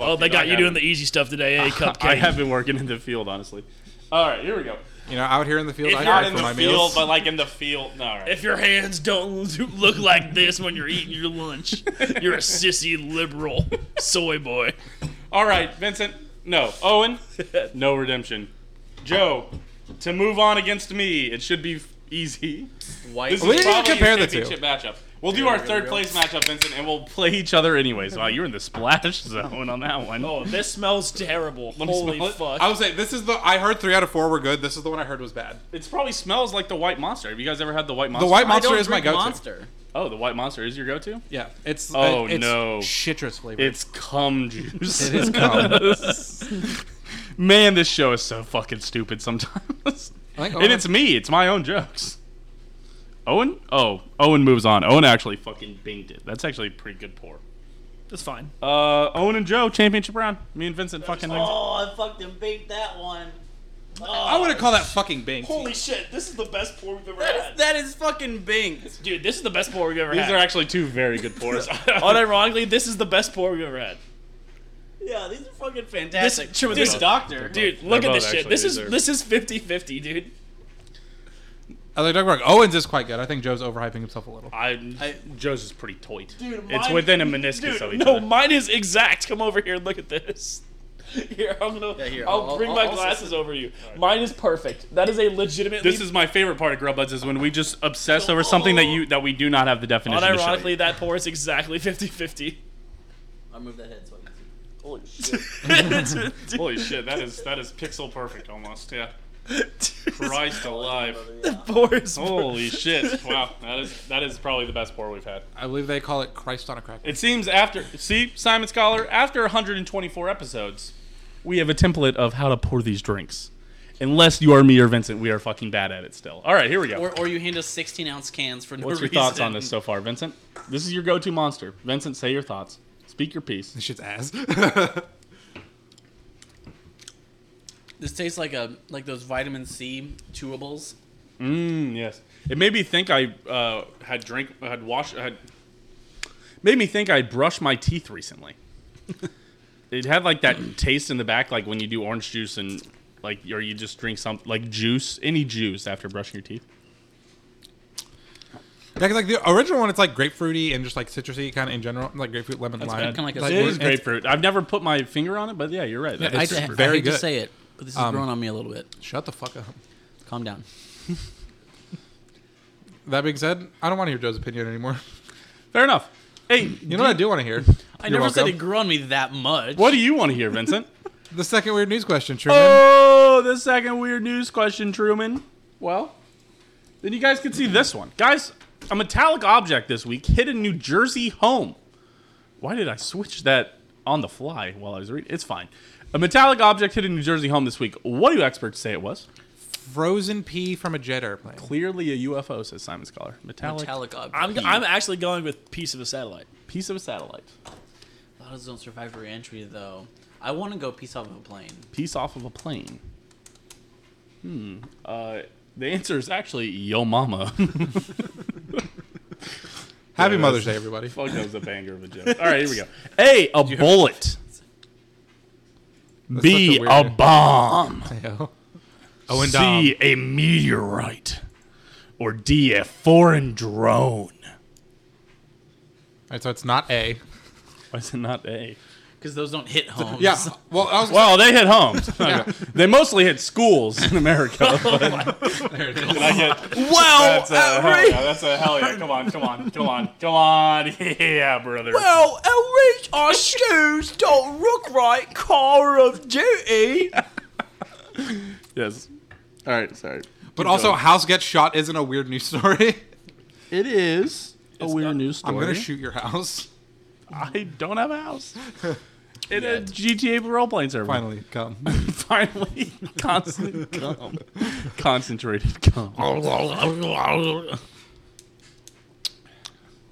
oh, they
dude, I
got you doing
haven't-
the easy stuff today, eh, cupcake?
I have been working in the field, honestly. All right, here we go.
You know, out here in the field, I
not
fight
in
for
the
my
field,
meals.
but like in the field. No, all right.
If your hands don't look like this when you're eating your lunch, you're a sissy liberal soy boy.
all right, Vincent. No, Owen. No redemption. Joe, to move on against me, it should be f- easy.
White.
This
We
is
didn't
probably
compare
a
the
championship matchup. We'll do our third place matchup, Vincent, and we'll play each other anyways. Wow, you're in the splash zone on that one.
Oh, this smells terrible.
me
Holy
smell it.
fuck.
I was saying this is the I heard three out of four were good. This is the one I heard was bad.
It probably smells like the White Monster. Have you guys ever had the White Monster?
The white
I
monster
don't
is my
drink
go-to.
Monster.
Oh, the White Monster is your go-to.
Yeah, it's
Oh,
it- it's
no.
citrus flavor.
It's cum juice.
It is cum.
Man, this show is so fucking stupid sometimes.
think
and
Owen-
it's me. It's my own jokes. Owen? Oh, Owen moves on. Owen actually fucking binged it. That's actually a pretty good pour.
That's fine.
Uh, Owen and Joe, championship round. Me and Vincent fucking wins.
Oh, I fucking beat that one. Oh.
I wouldn't call that fucking Bing.
Holy shit, this is the best pour we've ever
That
had.
is, that is fucking binked.
Dude, this is the best pour we've ever
These
had.
are actually two very good pours.
Unironically, this is the best pour we've ever had.
Yeah, these are fucking fantastic.
This- Truman,
this
this-
doctor.
Dude, look at
both
this shit.
actually
This is
deserve-
this is 50-50, dude.
I like Doug Mark. Owen's is quite good. I think Joe's overhyping himself a little.
I,
I-
Joe's is pretty toit.
Dude,
it's
mine-
within a meniscus of
Dude,
each
no,
other.
mine is exact. Come over here and look at this. Here, I'm gonna.
Yeah, here,
I'll,
I'll-
bring
I'll-
my
I'll-
glasses over you. Mine is perfect. That is a legitimately.
This is my favorite part of Grubbuds is when we just obsess over something that you that we do not have the definition. to show you.
unironically that pour is exactly 50-50.
I'll move that head so I can see.
Holy shit! Holy shit! That is that is pixel perfect almost. Yeah. Christ alive!
Boris.
Holy shit! Wow, that is that is probably the best pour we've had.
I believe they call it Christ on a cracker.
It seems after see Simon Scholar after 124 episodes, we have a template of how to pour these drinks. Unless you are me or Vincent, we are fucking bad at it still. All right, here we go.
Or, or you hand us 16 ounce cans for no
What's your
reason.
thoughts on this so far, Vincent? This is your go-to monster. Vincent, say your thoughts. Speak your piece.
This shit's ass.
This tastes like a like those vitamin C chewables.
Mm, yes. It made me think I uh, had drink had washed had made me think I brushed my teeth recently. it had like that taste in the back, like when you do orange juice and like or you just drink some like juice, any juice after brushing your teeth.
Yeah, 'cause, like the original one, it's like grapefruity and just like citrusy kind of in general, like grapefruit, lemon,
That's
lime.
kinda like a-
Like,
It
It is
it's-
grapefruit. I've never put my finger on it, but yeah, you're right. That-
I,
It's
I hate
very
to
good.
say it, but this is
Um,
growing on me a little bit.
Shut the fuck up.
Calm down.
That being said, I don't want to hear Joe's opinion anymore.
Fair enough. Hey,
You know what I do want to hear?
I never said it grew on me that much.
what do you want to hear, Vincent?
The second weird news question, Truman.
oh, the second weird news question, Truman. Well, then you guys can see this one. Guys, a metallic object this week hit a New Jersey home. Why did I switch that on the fly while I was reading? It's fine. A metallic object hit a New Jersey home this week. What do experts say it was?
Frozen pea from a jet airplane.
Clearly a UFO, says Simon Scholar. Metallic,
Metallic object.
I'm, I'm actually going with piece of a satellite.
piece of a satellite.
A lot of those don't survive reentry though. I want to go piece off of a plane.
piece off of a plane? Hmm. Uh, the answer is actually yo mama.
Happy
Yeah,
Mother's Day,
that's-
everybody.
Fuck, that was a banger of a joke. All right, here we go. A, a bullet.
That's
B,
such
a,
a weird-
bomb.
Owen Dom.
C, a meteorite. Or D, a foreign drone.
All right, so it's not A.
Why is it not A?
Because those don't hit homes.
Yeah. Well, I was.
Well, they hit homes.
Yeah.
They mostly hit schools in America.
Wow.
That's a hell yeah. That's a hell yeah. Come on, come on, come on, come on. Yeah, brother.
Well, outrage our shoes don't look right, Call of Duty.
Yes. All right, sorry.
but also,
going.
house gets shot isn't a weird news story.
It is a weird
not-
news story.
I'm gonna shoot your house.
I don't have a house. In a GTA roleplaying server.
Finally, come.
Finally. Constant calm. Concentrated calm.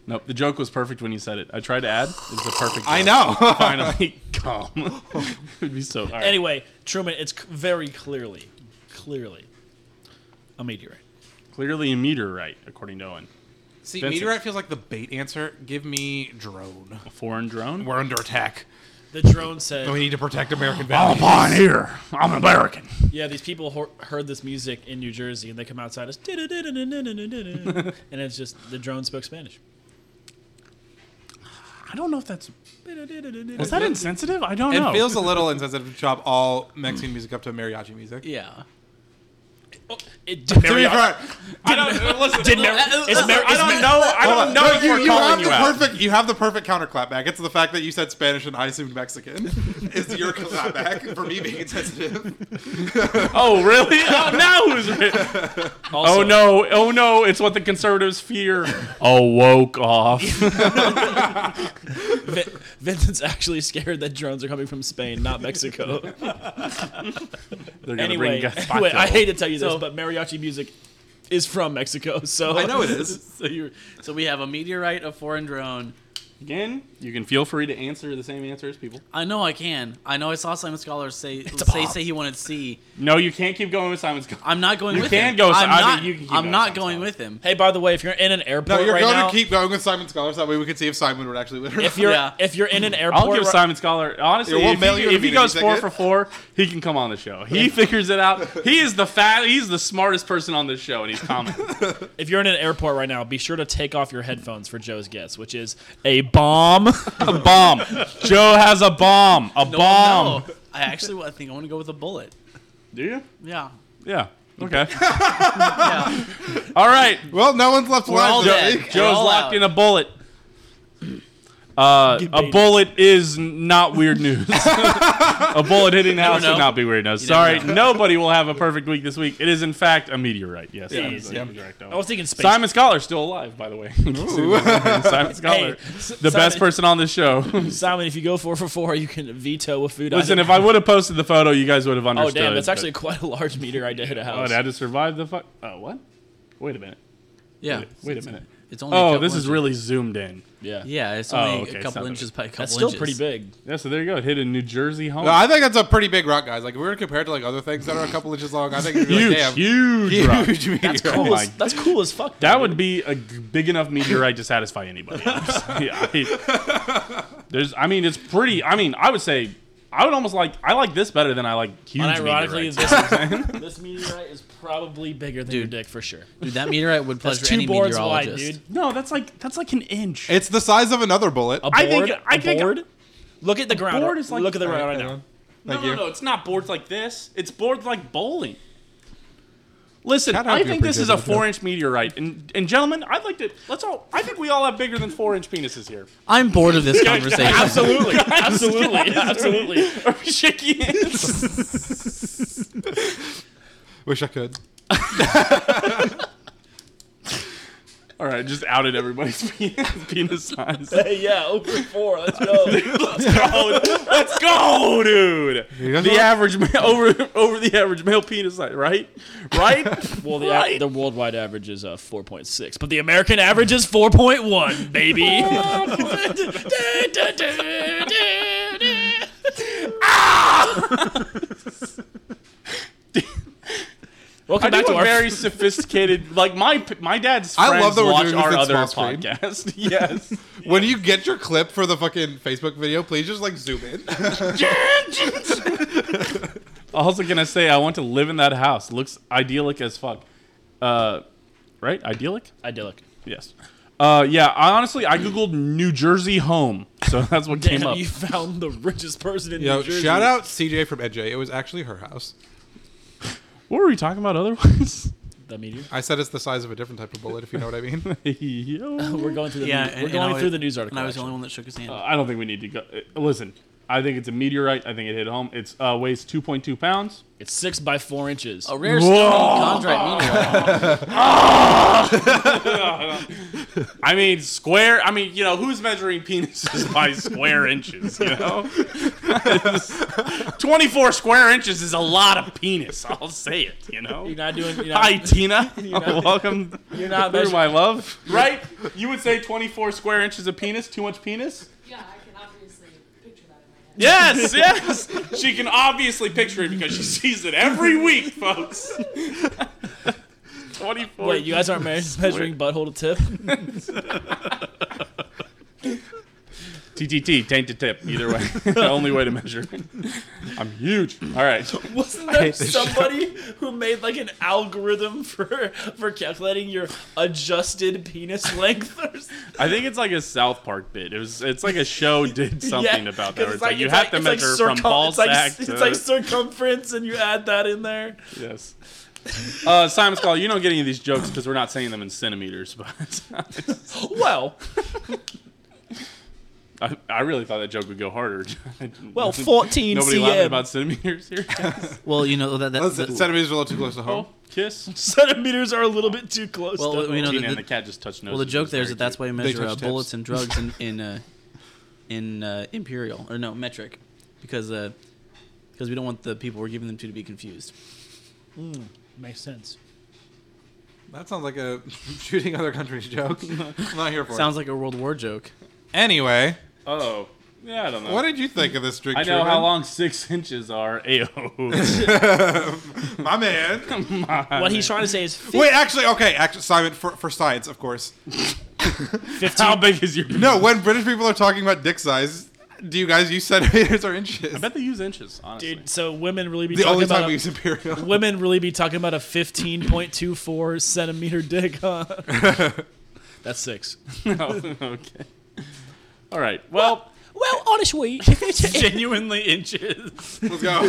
Nope, the joke was perfect when you said it. I tried to add. It was a perfect joke.
I know.
Finally calm. it would be so. All right.
Anyway, Truman, it's c- very clearly, clearly a meteorite.
Clearly a meteorite, according to Owen.
See,
Vincent.
meteorite feels like the bait answer. Give me drone.
A foreign drone?
We're under attack.
The drone said,
Oh,
And we need to protect American
I'm a
values.
pioneer. I'm an American.
"Yeah, these people hor- heard this music in New Jersey, and they come outside us, and it's just the drone spoke Spanish."
I don't know if that's. Was that insensitive? I don't
It
know.
feels a little insensitive to chop all Mexican music up to mariachi music.
Yeah.
Oh, it did
Give me front.
Mariachi-
I don't listen.
did Mar-
Uh,
is
uh,
Mar-
uh,
I
is
don't
Mar-
know. I
Hold
don't
on.
know
No,
if we're
have
calling you
the
out.
perfect. You have the perfect counter clapback. It's the fact that you said Spanish and I assumed Mexican. is your clapback for me being insensitive?
Oh really? Oh now who's right?
also,
Oh no! Oh no! It's what the conservatives fear. A woke off.
Vin- Vincent's actually scared that drones are coming from Spain, not Mexico.
They're gonna
anyway,
gazpacho.
anyway, I hate to tell you this,
So-
but mariachi music is from Mexico, so
I know it is.
So you. So we have a meteorite, a foreign drone.
Again, you can feel free to answer the same answer as people.
I know I can. I know I saw Simon Scholar say
a
say
bomb.
say he wanted C.
No, you can't keep going with Simon's.
I'm not going
You
with
can
him.
go-
I'm
I mean,
not,
you can keep
I'm
going
not
Simon
going
Scholar.
with him.
Hey, by the way, if you're in an airport
No, you're
right
going
now,
to keep going with Simon Scholars. That way we can see if Simon would actually win. or
if
not.
you're
Yeah.
if you're in an airport,
I'll give
ri-
Simon Scholar. Honestly,
Yeah, we'll
if,
mail
he,
you an
if he
immediate
goes four
ticket.
for four, he can come on the show. He figures it out. He is the fat. He's the smartest person on this show, and he's commenting.
If you're in an airport right now, be sure to take off your headphones for Joe's guess, which is a bomb.
a bomb. Joe has a bomb. A bomb.
No, I actually wa- I think I want to go with a bullet.
Do you?
Yeah.
Yeah. Okay.
Yeah.
all right.
well, no one's left
all
alive. this
dead.
week.
Joe's
all
locked
out.
in a bullet. Uh,
Get
a
baited.
bullet is n- not weird news. a bullet hitting the house
know.
would not be weird news.
never
Sorry,
know.
nobody will have a perfect week this week. It is in fact a meteorite. Yes, that is
yeah.
a meteorite.
I was thinking space.
Simon Scholar still alive, by the way. Simon Scholar,
S-
the best
Simon-
person on this show.
Simon, if you go four for four, you can veto a food
Listen, if
item.
I would have posted the photo, you guys would have
oh
understood.
damn, that's
but-
actually quite a large meteorite to hit a
Oh,
house.
it had to survive the fuck. Oh, what? Wait a minute.
Yeah.
Wait a minute.
It's only. a
Oh,
couple
this is
inches.
really zoomed in.
yeah,
Yeah, it's
Oh,
only
okay,
a
it's not
couple
that
inches
big.
by a couple
that's still
inches.
pretty big.
Yeah, so there you go. It hit a New Jersey home.
No, I think that's a pretty big rock, guys. Like if we were to compare it to like other things that are a couple inches long, I think it'd be
huge,
like, damn,
huge, rock.
huge meteor.
That's cool.
Oh my-
as, that's cool as fuck.
That
dude.
would be a g- big enough meteorite to satisfy anybody. yeah, I- there's. I mean, it's pretty. I mean, I would say. I would almost like. I like this better than I like huge.
Unironically,
meteorites.
this, this meteorite is probably bigger than your dick for sure.
Dude, that meteorite would
That's
pleasure
two
any
boards
meteorologist.
wide, dude.
no, that's like that's like an inch.
It's the size of another bullet.
A board.
I think- I
a
think-
board. Look at the ground.
board is like-
Look at the ground right
Hang
now.
on. Thank
no,
you.
no, no. It's not boards like this. It's boards like bowling. Listen,
Shout out
I
to
think
your
this is
producer,
a four-inch meteorite, and and gentlemen, I'd like to let's all. I think we all have bigger than four-inch penises here.
I'm bored of this conversation.
Absolutely, absolutely, absolutely.
Are we shaking hands?
Wish I could.
all right, just outed everybody's penis, penis size.
Hey, yeah, open four. Let's go.
Oh, let's go, dude.
guys
The
want-
average ma- over over the average male penis size, right? Right?
Well, the,
Right.
the worldwide average is uh, 4.6, but the American average is 4.1, baby.
Oh,
Ah! Welcome
I
back
do
to
a
our
very sophisticated. Like my p- my dad's
I
friends
love that we're
watch
doing this
our
in
other
small screen.
podcast. yes.
When you get your clip for the fucking Facebook video, please just like zoom in.
also gonna say I want to live in that house. Looks idyllic as fuck. Uh, right? Idyllic?
idyllic.
Yes. Uh, yeah. I honestly I googled New Jersey home, so that's what came
Damn,
up.
you found the richest person in
Yo,
New Jersey.
shout out CJ from NJ. It was actually her house.
What were we talking about otherwise?
The meteor.
I said it's the size of a different type of bullet, if you know what I mean.
Yo.
We're going through the
Yeah,
yeah,
and-
we're
and
going
I
through
was-
the news article.
And I was the
actually.
only one that shook his hand.
I don't think we need to go. uh, Listen, I think it's a meteorite. I think it hit home. It's uh, weighs 2.2 pounds.
It's six by four inches.
a rare stone
Oh!
contract meteorite.
I mean, square. I mean, you know, who's measuring penises by square inches? You know, 24 square inches is a lot of penis. I'll say it. You know.
You're not doing. You're not,
Hi, Tina.
not-
Welcome.
You're not
through
measuring.
my love. Right? You would say 24 square inches of penis? Too much penis?
Yeah, I can obviously picture that in my head.
Yes, yes. She can obviously picture it because she sees it every week, folks. 24.
Wait, you guys aren't meas- measuring butthole to tip.
TTT, taint to tip. Either way, the only way to measure. I'm huge. All right.
Wasn't there somebody who made like an algorithm for for calculating your adjusted penis length? Or s-
I think it's like a South Park bit. It was. It's like a show did something
Yeah,
about that.
'cause
where
it's
It's like, you have to
it's like
measure
circum-
from ball
it's like,
sack
It's
to.
like circumference, and you add that in there.
yes. Uh, Simon Scholar, you don't get any of these jokes because we're not saying them in centimeters, but
Well,
I, I really thought that joke would go harder.
well, fourteen
Nobody laughing
cm
about centimeters here.
Well, you know that. that
Listen,
the,
centimeters are a little too close to
Oh.
home.
Kiss.
centimeters are a little bit too close.
well,
to
we know
Tina
that
and the
the,
cat just touched noses.
well, the joke there is that that's why you measure uh,
touch tips.
bullets and drugs in in uh, in uh, imperial or no metric, because uh, because we don't want the people we're giving them to to be confused.
makes sense.
That sounds like a shooting other countries joke. I'm not here for
Sounds like a World War joke.
it. Anyway,
Oh, yeah, I don't know.
what did you think of this drink?
I know
Truman?
how long six inches are. Ayo.
My man.
What he's trying to say is fif-
Wait, actually, okay, actually, Simon, for, for science, of course.
How big is your?
No, when British people are talking about dick size, do you guys use centimeters or inches?
I bet they use inches. Honestly.
dude. So women really be
the
talking
only
about
time we
a-
use imperial.
women really be talking about a 15.24 centimeter dick, huh? That's six.
Oh, okay. All right. Well,
Well, honestly, if it's
Genuinely inches.
Let's go.
hey,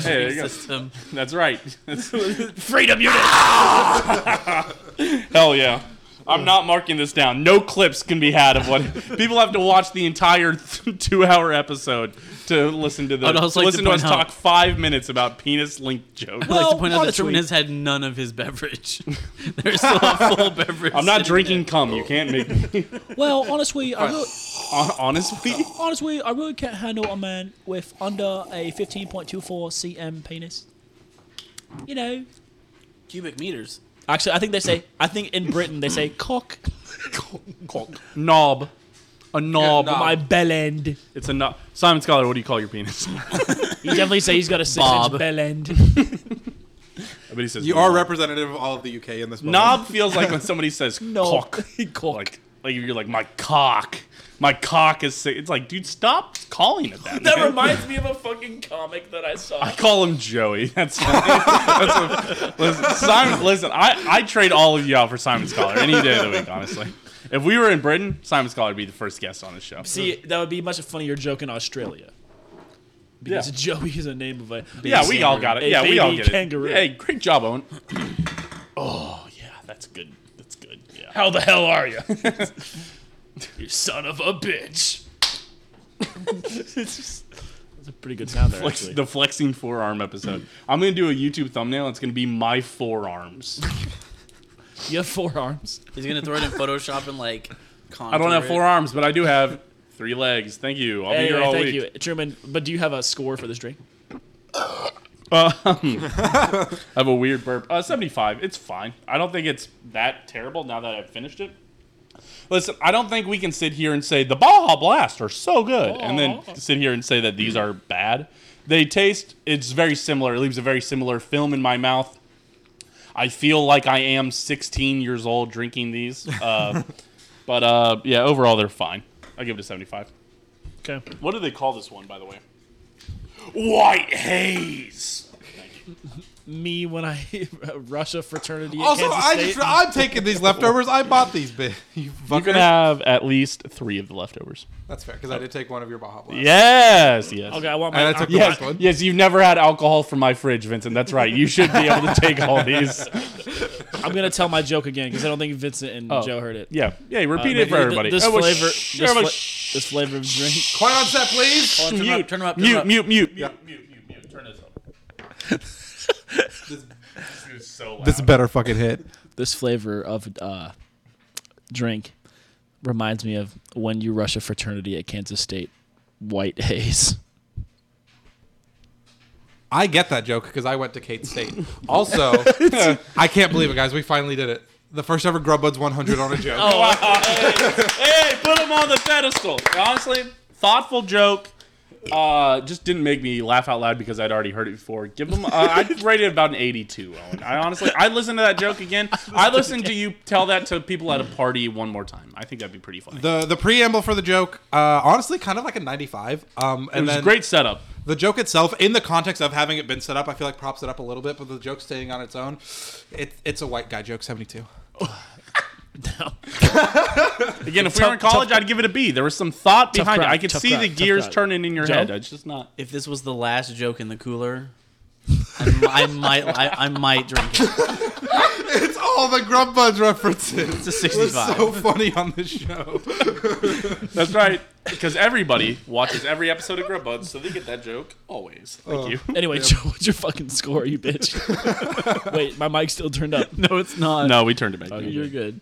there you go.
System.
That's right. That's-
freedom unit,
Hell yeah. I'm not marking this down. No clips can be had of what people have to watch the entire two-hour episode to listen to the
I'd also
to
like to
listen to us
point out-
talk five minutes about penis link jokes.
I'd like
Well,
to point out that
honestly-
Truman has had none of his beverage. There's still a full beverage.
I'm not
sitting
drinking cum. You can't make me
Well, honestly, I really,
Hon- honestly.
honestly, I really can't handle a man with under a 15.24 cm penis. You know,
there. cubic meters.
actually, I think they say, I think in Britain they say cock
knob. A knob.
knob.
my bell end.
It's a knob. Simon Scholar, what do you call your penis?
You definitely say he's got a six
Bob.
inch bell end.
But he says
You are
knob.
representative of all of the UK in this. moment.
knob feels like when somebody says
No,
cock.
cock.
Like like you're like my cock. My cock is sick. It's like, dude, stop calling it that.
That
man.
reminds me of a fucking comic that I saw.
I call him Joey. That's funny. That's a- listen, Simon, listen, I, I trade all of you out for Simon Scholar any day of the week, honestly. If we were in Britain, Simon Scholar would be the first guest on the show.
See, that would be much a funnier joke in Australia. Because Joey is a name of a.
yeah, we all got it.
A
Yeah, we
baby
all get it.
kangaroo.
Hey, great job, Owen.
Oh, yeah, that's good. That's good. Yeah. How the hell are you? you son of a bitch. it's just, that's a pretty good sound there,
Flex,
actually.
the flexing forearm episode. I'm gonna do a YouTube thumbnail. It's gonna be my forearms.
You have forearms.
He's gonna throw it in Photoshop and like.
I don't have
contour it.
four arms, but I do have three legs. Thank you. I'll be here
Anyway,
all
thank
week.
you, Truman. But do you have a score for this drink?
I have a weird burp. Uh, 75. It's fine. I don't think it's that terrible now that I've finished it. Listen, I don't think we can sit here and say the Baja Blast are so good and then sit here and say that these are bad. They taste, it's very similar. It leaves a very similar film in my mouth. I feel like I am 16 years old drinking these. Uh, but uh, yeah, overall, they're fine. I give it a 75.
Okay.
What do they call this one, by the way? White Haze.
Me when I Russia fraternity. at
Also,
Kansas
I
State.
just, I'm taking these leftovers. I bought these, bit. You
You can
fucker.
have at least three of the leftovers.
That's fair because I did take one of your Baja Blast.
Yes, yes.
Okay, I want my.
And I took the
Yes,
last one.
yes, you've never had alcohol from my fridge, Vincent. That's right. You should be able to take all these.
I'm gonna tell my joke again because I don't think Vincent and Joe heard it.
Yeah, yeah.
Uh,
Repeat
maybe
it for
th-
everybody.
This
Oh, well,
flavor,
shh,
this,
oh, well,
fla-
shh.
this flavor of drink.
Quiet on set, please.
Turn him up, turn him up, turn him
Mute,
up.
mute, mute,
Yeah.
mute, mute, mute, mute. Turn this up.
This,
This is so loud.
this better fucking hit.
This flavor of uh, drink reminds me of when you rush a fraternity at Kansas State. White haze.
I get that joke because I went to Kate State. Also, I can't believe it, guys. We finally did it. The first ever Grubbuds 100 on a joke.
hey, put him on the pedestal. Honestly, thoughtful joke. Uh, just didn't make me laugh out loud because I'd already heard it before. Give him. Uh, I rated it about an 82. Owen. I honestly, I listened to that joke again. I listened to you tell that to people at a party one more time. I think that'd be pretty funny.
The the preamble for the joke, uh, honestly, kind of like a 95. Um,
it
and
was a
then
great setup.
The joke itself, in the context of having it been set up, I feel like props it up a little bit. But the joke staying on its own, it, it's a white guy joke. 72.
Again, if we were in college, I'd give it a B. There was some thought behind
crowd,
it. I could
tough
see
crowd,
the
tough
gears
crowd.
turning in your
Joe?
head. It's just not.
If this was the last joke in the cooler, I, m- I might, I, I might drink it.
It's all the Grubbuds references.
It's a
It's
sixty-five.
so funny on this show.
That's right. Because everybody watches every episode of Grubbuds, so they get that joke always.
Oh.
Thank you.
Anyway, Joe, what's your fucking score, you bitch? Wait, my mic's still turned up.
no, it's not.
No, we turned it back. down.
Oh, You're good.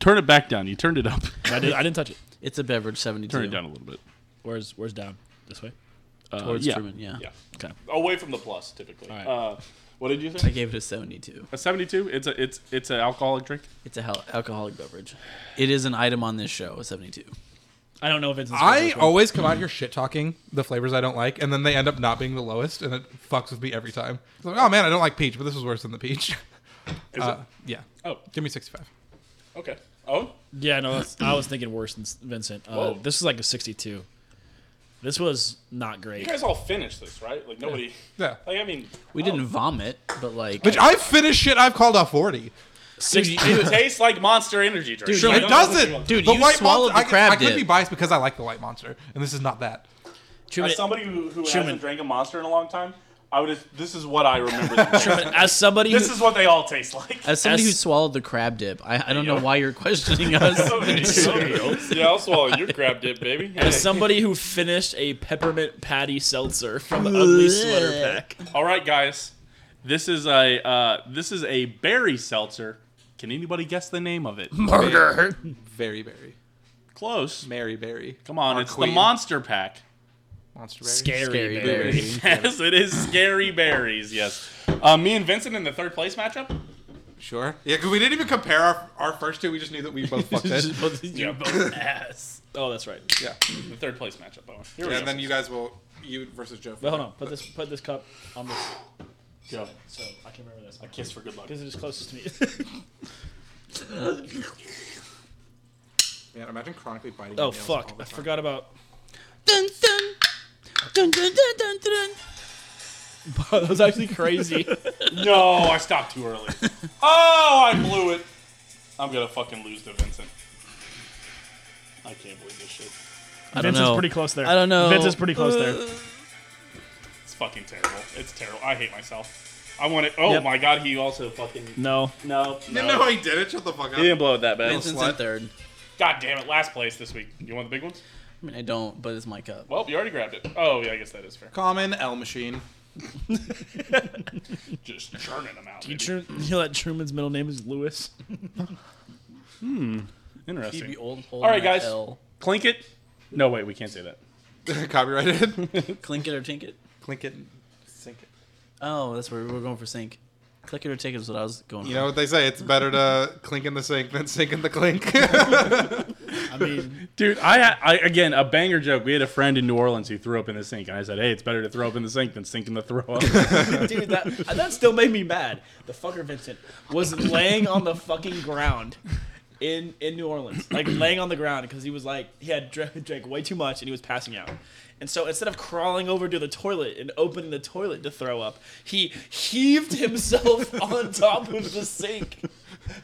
Turn it back down. You turned it up.
I, did, I didn't touch it.
It's a beverage seventy-two.
Turn it down a little bit.
Where's Where's down? This way.
uh, Towards
yeah.
Truman, yeah.
Yeah.
Okay.
Away from the plus, typically.
All right.
Uh, what did you
I
say?
gave it a seventy-two.
A seventy-two. It's a it's it's an alcoholic drink.
It's a hel- alcoholic beverage. It is an item on this show. A seventy-two.
I don't know if it's.
I always come out here shit talking the flavors I don't like, and then they end up not being the lowest, and it fucks with me every time. It's like, oh man, I don't like peach, but this was worse than the peach. Uh, yeah.
Oh.
Give me 65.
Okay. Oh.
Yeah, no, that's, I was thinking worse than Vincent. Uh,
Whoa.
this is like a 62. This was not great.
You guys all finished this, right? Like nobody.
Yeah.
Like I mean,
We didn't vomit, but like
Bitch, I finished shit I've called off 40.
Sixty-
it tastes like Monster Energy drink.
Sure,
I
it
don't
it
know what
doesn't.
you want.
Dude,
The
you
White
swallowed
Monster-
the
I, could-
crab
I could be
dip.
biased because I like the white monster, and this is not that.
Truman,
As somebody who, who
Truman.
hasn't drank a Monster in a long time, I would. This is what I remember. them tasting.
As somebody who,
this is what they all taste like.
As somebody who
As-
swallowed the crab dip, I, I don't know
Yep.
why you're questioning us.
yeah, I'll swallow your crab dip, baby.
as somebody who finished a peppermint patty seltzer from the ugly sweater pack.
All right, guys. This is a uh, this is a berry seltzer. Can anybody guess the name of it?
Murder. Very berry.
Close.
Mary berry.
Come on,
Or
it's the
Queen.
monster pack.
Monster berry.
Scary,
Scary
berry.
berry.
Yes, it is scary berries. Yes. Uh, me and Vincent in the third place matchup.
Sure. Yeah, because we didn't even compare our, our first two. We just knew that we both fucked it.
You both ass.
Oh, that's right.
Yeah.
The third place matchup. Owen. Here we
yeah
go.
and then you guys will you versus Joe.
But hold on, put this put this cup on this
Go.
so I can remember this.
Kiss for good luck.
Because it is closest to me.
Man, imagine chronically biting. your
oh
nails
fuck!
all the
I
time.
forgot about.
Dun, dun. Dun, dun, dun, dun, dun.
that was actually crazy.
No, I stopped too early. Oh, I blew it. I'm gonna fucking lose to Vincent. I can't believe this shit.
I don't
Vince is
know.
pretty close there.
I don't know. Uh,
Vince is pretty close there.
It's fucking terrible. It's terrible. I hate myself. I want it. Oh
Yep.
my god, he also fucking
no,
no
No, no, I did it. Shut the fuck up.
He didn't blow it that bad.
Vincent's
slut.
in third.
God damn it! Last place this week. You want the big ones?
I mean, I don't, but it's my cup.
Well, you already grabbed it. Oh yeah, I guess that is fair.
Common L machine.
Just churning them out. baby.
you, Tru- you know that Truman's middle name is Lewis.
Interesting.
Old, old
All right,
Mac
guys.
L.
Clink it. No wait, we can't say that.
Copyrighted.
Clink it or tink it.
Clink it. and Sink it.
Oh, that's where we we're going for sink. Click it or take it is what I was going
You
for.
know what they say? It's better to clink in the sink than sink in the clink.
I mean,
Dude, I, I again a banger joke. We had a friend in New Orleans who threw up in the sink, and I said, "Hey, it's better to throw up in the sink than sink in the throw up."
dude, that that still made me mad. The fucker Vincent was laying on the fucking ground in in New Orleans, like laying on the ground because he was like he had drank, drank way too much and he was passing out. And so instead of crawling over to the toilet and opening the toilet to throw up, he heaved himself on top of the sink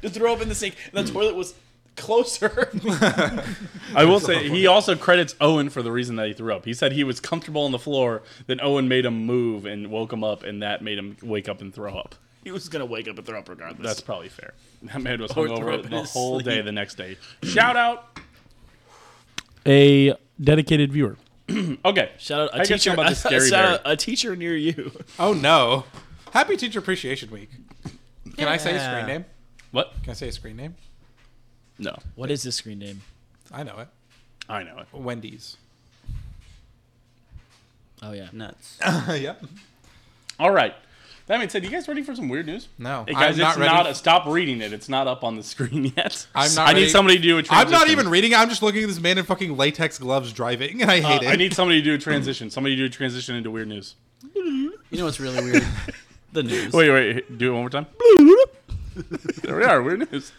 to throw up in the sink. And the toilet was closer.
I will say he also credits Owen for the reason that he threw up. He said he was comfortable on the floor, then Owen made him move and woke him up, and that made him wake up and throw up.
he was gonna wake up and throw up regardless.
That's probably fair. That man was
Or throw up
hungover
in
the
his
whole
sleep.
day the next day. Shout out
A dedicated viewer.
Okay.
Shout out a
I guess
teacher
I'm about to scary
shout
bear.
out a teacher near you.
oh no! Happy Teacher Appreciation Week. Can I say a
Yeah.
screen name?
What?
Can I say a screen name?
No.
What is this screen name?
I know it.
I know it.
Wendy's.
Oh yeah.
Nuts.
yep.
All right. That being said, you guys ready for some weird news?
No.
Hey, guys,
I'm not
it's
ready.
not a, stop reading it. It's not up on the screen yet.
I'm not
I
ready.
need somebody to do a transition.
I'm not even reading it. I'm just looking at this man in fucking latex gloves driving, and I
Uh,
hate it.
I need somebody to do a transition. Somebody do a transition into weird news.
You know what's really weird? the news.
Wait, wait, do it one more time. there we are, weird news.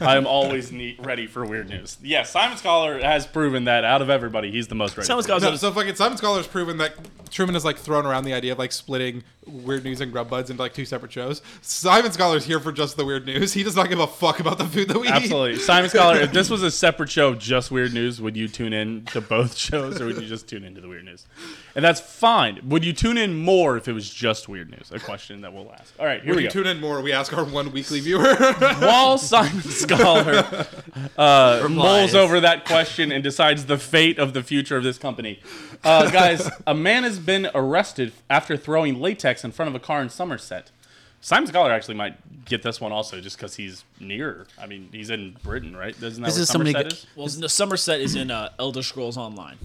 I am always neat, ready for weird news. Yes, Simon Scholar has proven that out of everybody, he's the most ready.
Someone's
for
got
No, so fucking some scholars proven that Truman has like thrown around the idea of like splitting weird news and grub buds into like two separate shows. Simon Scholar's here for just the weird news. He does not give a fuck about the food that we
it. Absolutely. Simon Scholar, if this was a separate show of just weird news, would you tune in to both shows or would you just tune into the weird news? And that's fine. Would you tune in more if it was just weird news? A question that we'll ask. All right, here
eat.
we
You
go.
tune in more. We ask our one weekly viewer.
While Simon Scholar uh, mulls
Replies.
over that question and decides the fate of the future of this company, uh, guys, a man has been arrested after throwing latex in front of a car in Somerset. Simon Scholar actually might get this one also, just because he's near. I mean, he's in Britain, right? Doesn't that
This
where
is somebody
Somerset
that-
is?
Well, no, Somerset is in uh, Elder Scrolls Online.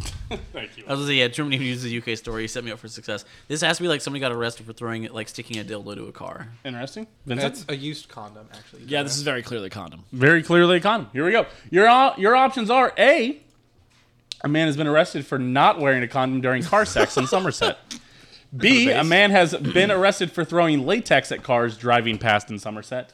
Thank you.
I was gonna say, yeah, Truman even used the UK story. He set me up for success. This has to be like somebody got arrested for throwing it, like sticking a dildo to a car.
Interesting. Vincent?
a used condom, actually.
Yeah, this is very clearly condom.
Very clearly, con. Here we go. Your o- your options are A. A man has been arrested for not wearing a condom during car sex in Somerset. B. A man has been arrested for throwing latex at cars driving past in Somerset.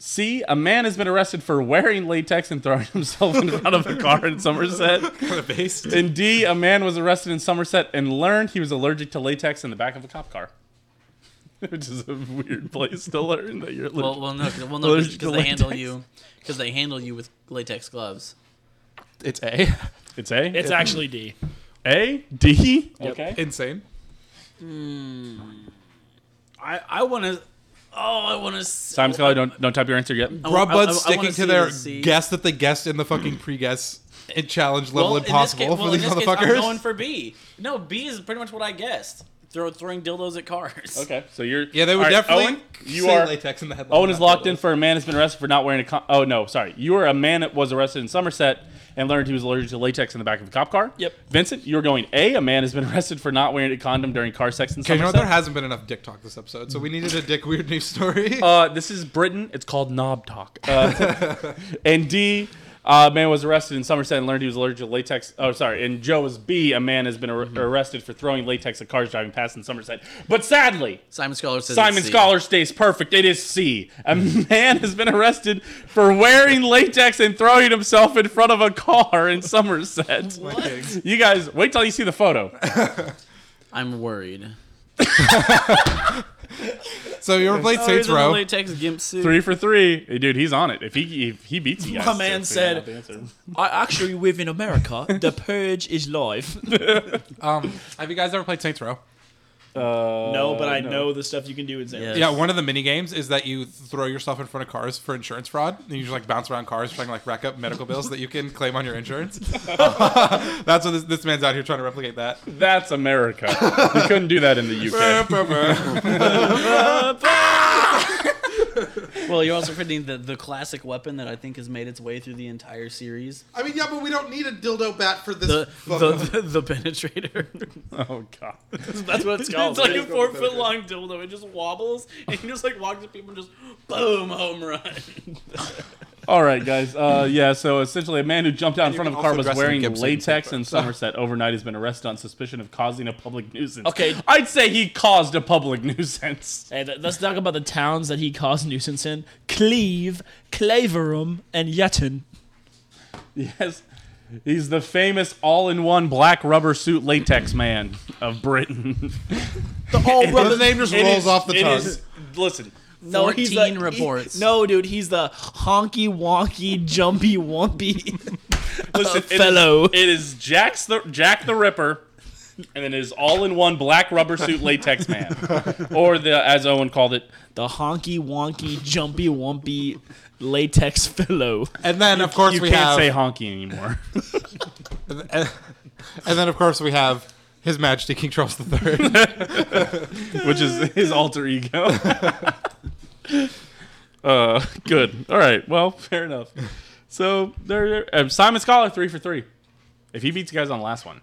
C. A man has been arrested for wearing latex and throwing himself in front of a car in Somerset.
kind of based.
And D. A man was arrested in Somerset and learned he was allergic to latex in the back of a cop car. Which is a weird place to learn that you're allergic.
Well, well, no, 'cause- well, no,
Allergic to
because they handle
latex.
you, because they handle you with latex gloves.
It's a
it's A.
It's actually D.
A D. Okay.
insane.
I I want to. Oh, I want to.
Simon Scully, don't don't type your answer yet.
Grubbuds sticking to their guess that they guessed in the fucking pre-guess and challenge level impossible
in this case, well,
for these
in this case,
motherfuckers.
I'm going for B. No, B is pretty much what I guessed. Throw throwing dildos at cars.
Okay, so you're
yeah, they would
All right,
definitely
Owen, you
say
are
latex in the headline.
Owen is
after
locked
those.
in for a man has been arrested for not wearing a. Con- oh no, sorry. You are a man that was arrested in Somerset and learned he was allergic to latex in the back of a cop car.
Yep.
Vincent, you're going A. A man has been arrested for not wearing a condom during car sex in
Okay, you know what?
Somerset.
There hasn't been enough dick talk this episode, so we needed a dick weird news story.
uh, this is Britain. It's called knob talk. Uh, and D. Uh, a man was arrested in Somerset and learned he was allergic to latex. Oh, sorry. And Joe is B. A man has been ar- arrested for throwing latex at cars driving past in Somerset. But sadly,
Simon Scholar says.
Simon
it's C.
Scholar stays perfect. It is C. A man has been arrested for wearing latex and throwing himself in front of a car in Somerset.
Okay.
You guys, wait till you see the photo.
I'm worried.
So you ever
Oh,
played Saints Row?
latex gimp suit.
Three for three. Hey, Dude, he's on it. If he if he beats you guys,
My man
to figure out
said-
the answer.
I actually live in America. The Purge is live.
Um, have you guys ever played Saints Row?
no, but
Uh,
I know the stuff you can do in San
Yeah.
Yeah, one of the mini games is that you throw yourself in front of cars for insurance fraud, and you just like bounce around cars trying to like rack up medical bills that you can claim on your insurance. That's what this, this man's out here trying to replicate that.
That's America. we couldn't do that in the UK.
Well, you're also forgetting the, the classic weapon that I think has made its way through the entire series.
I mean, yeah, but we don't need a dildo bat for this.
The
fuck-
the, the, the penetrator.
Oh god.
That's what it's called.
it's like a four foot long dildo. It just wobbles and you just like walks to people and just boom home run.
All right, guys. Uh, yeah. So essentially, a man who jumped out in
you
front of a
can
car
also
was
dress in
wearing
Gibson
latex
paper.
in Somerset overnight has been arrested on suspicion of causing a public nuisance.
Okay.
I'd say he caused a public nuisance.
Hey, th- let's talk about the towns that he caused nuisance in: Cleve, Claverham, and Yetton.
Yes. He's the famous all-in-one black rubber suit latex man of Britain.
The all
But his name just
It
rolls
is-
off the
it
tongue.
is- listen,
no, he's the-
14
he-
reports.
no, dude, he's the honky wonky jumpy wumpy.
listen, it is-
fellow.
it is Jack's the Jack the Ripper, and then his all-in-one black rubber suit latex man, or the as Owen called it,
the honky wonky jumpy wumpy latex fellow.
and then, of course,
you
we
can't
have.
say honky anymore.
and then, of course, we have His Majesty King Charles III.
which is his alter ego. uh, good. All right. Well, fair enough. So there, uh, Simon Scholar three for three. If he beats you guys on the last one,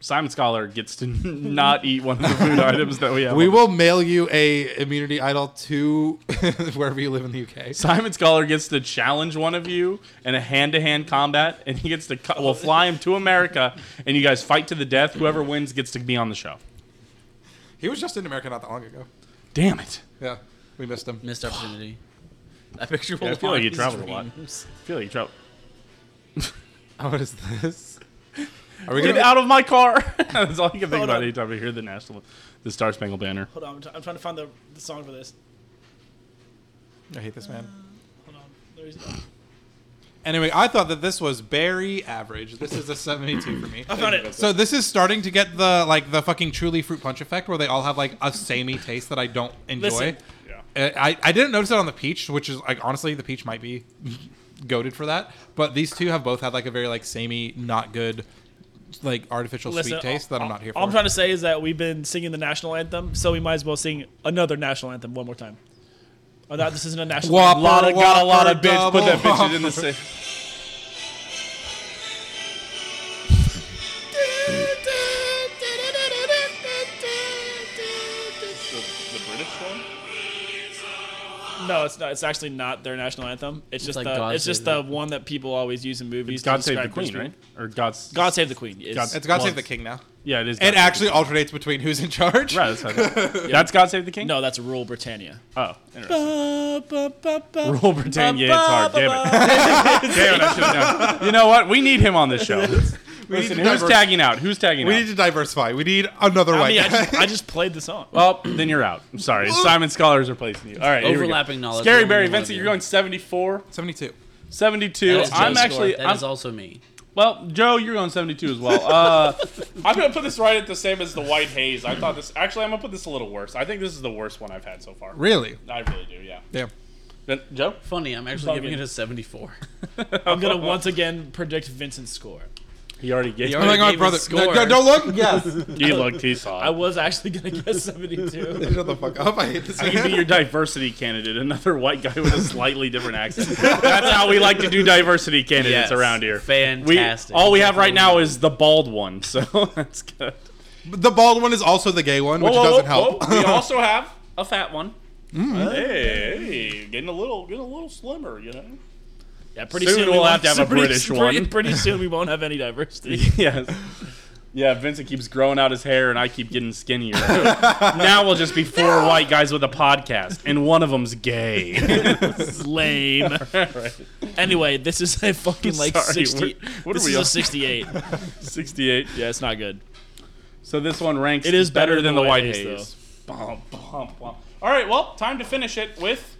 Simon Scholar gets to not eat one of the food items that we have.
we
on-
will mail you a immunity idol to wherever you live in the UK.
Simon Scholar gets to challenge one of you in a hand-to-hand combat, and he gets to co- will fly him to America, and you guys fight to the death. Whoever wins gets to be on the show.
He was just in America not that long ago.
Damn it!
Yeah, we missed him.
Missed opportunity. I picture
I feel like you traveled a lot.
dreams.
I feel like you travel.
What is this? Are we
Get
gonna?
out of my car. That's all you can think
Hold
about
on.
anytime you hear the national, the Star Spangled Banner.
Hold on, I'm, try- I'm trying to find the, the song for this.
I hate this man.
Hold on, there is.
Anyway, I thought that this was very average. This is a 72 for me.
I found it.
So this is starting to get the like the fucking truly fruit punch effect where they all have like a samey taste that I don't enjoy.
Listen.
Yeah.
Uh, I, I didn't notice it on the peach, which is like honestly the peach might be goaded for that. But these two have both had like a very like samey, not good, like artificial
Listen,
sweet taste that I'm not here for.
All I'm trying to say is that we've been singing the national anthem, so we might as well sing another national anthem one more time. Oh, no, this isn't a national
Whopper,
Lotta
anthem.
got a lot of
whopper,
bitch. Put that
double
bitches in the safe.
No, it's not. It's actually not their national anthem. It's, just
like
the.
God
it's just
Save
the one that people always use in movies. to
God save the
describe
queen,
history.
right? Or God's.
God save the queen. is-
God-
It's God
Once.
Save the King now.
Yeah, it is.
It
God
actually alternates between who's in charge.
Save the- Right, that's, how it is. that's God save the king.
no, that's Rule Britannia.
Oh, interesting. Rule Britannia. It's hard. Damn it. Damn it. I should have known. You know what? We need him on this show. Listen,
to
who's
diver-
tagging out? Who's tagging
We
out?
need to diversify. We need another
I
white
mean, I
guy.
just, I just played the song.
Well, then you're out. I'm sorry. Simon Scholars are replacing you. All right. here we go.
Overlapping knowledge,
Scary
only
Barry
one of
Vincent,
you.
you're going 74,
72.
72. I'm actually.
That
I'm,
is also me.
Well, Joe, you're going 72 as well. Uh, I'm going to put this right at the same as the White Haze. I thought this. Actually, I'm going to put this a little worse. I think this is the worst one I've had so far.
Really?
I really do, yeah.
Yeah.
Then, Joe?
Funny, I'm actually
Fucking-
giving it a 74.
I'm gonna once again predict Vincent's score.
He already gave
I'm like Oh
already
my
gave
brother.
his
No,
score.
no, don't look. Yes.
You look T-Saw.
I was actually gonna guess 72.
Shut the fuck up. I hate this.
I can be your diversity candidate, another white guy with a slightly different accent. That's how we like to do diversity candidates
Yes.
around here. We,
Fantastic.
all we have right now is the bald one, so that's good.
the bald one is also the gay one, which
Whoa, whoa,
doesn't
whoa,
help.
whoa. We also have a fat one. Hey, hey, getting a little, getting a little slimmer, you know.
Yeah, pretty
Soon
soon,
we'll
won't-
have to have a
pretty-
British
pretty-
one.
Pretty soon we won't have any diversity.
yes. Yeah, Vincent keeps growing out his hair, and I keep getting skinnier. now we'll just be four white guys with a podcast, and one of them's gay.
It's lame. Anyway, this is a fucking like
Sorry,
60.
we're- what are
this
we
is
on?
a 68.
Sixty-eight.
Yeah, it's not good.
So this one ranks.
It is better than the White Haze,
Bum, bum, bum. All right, well, time to finish it with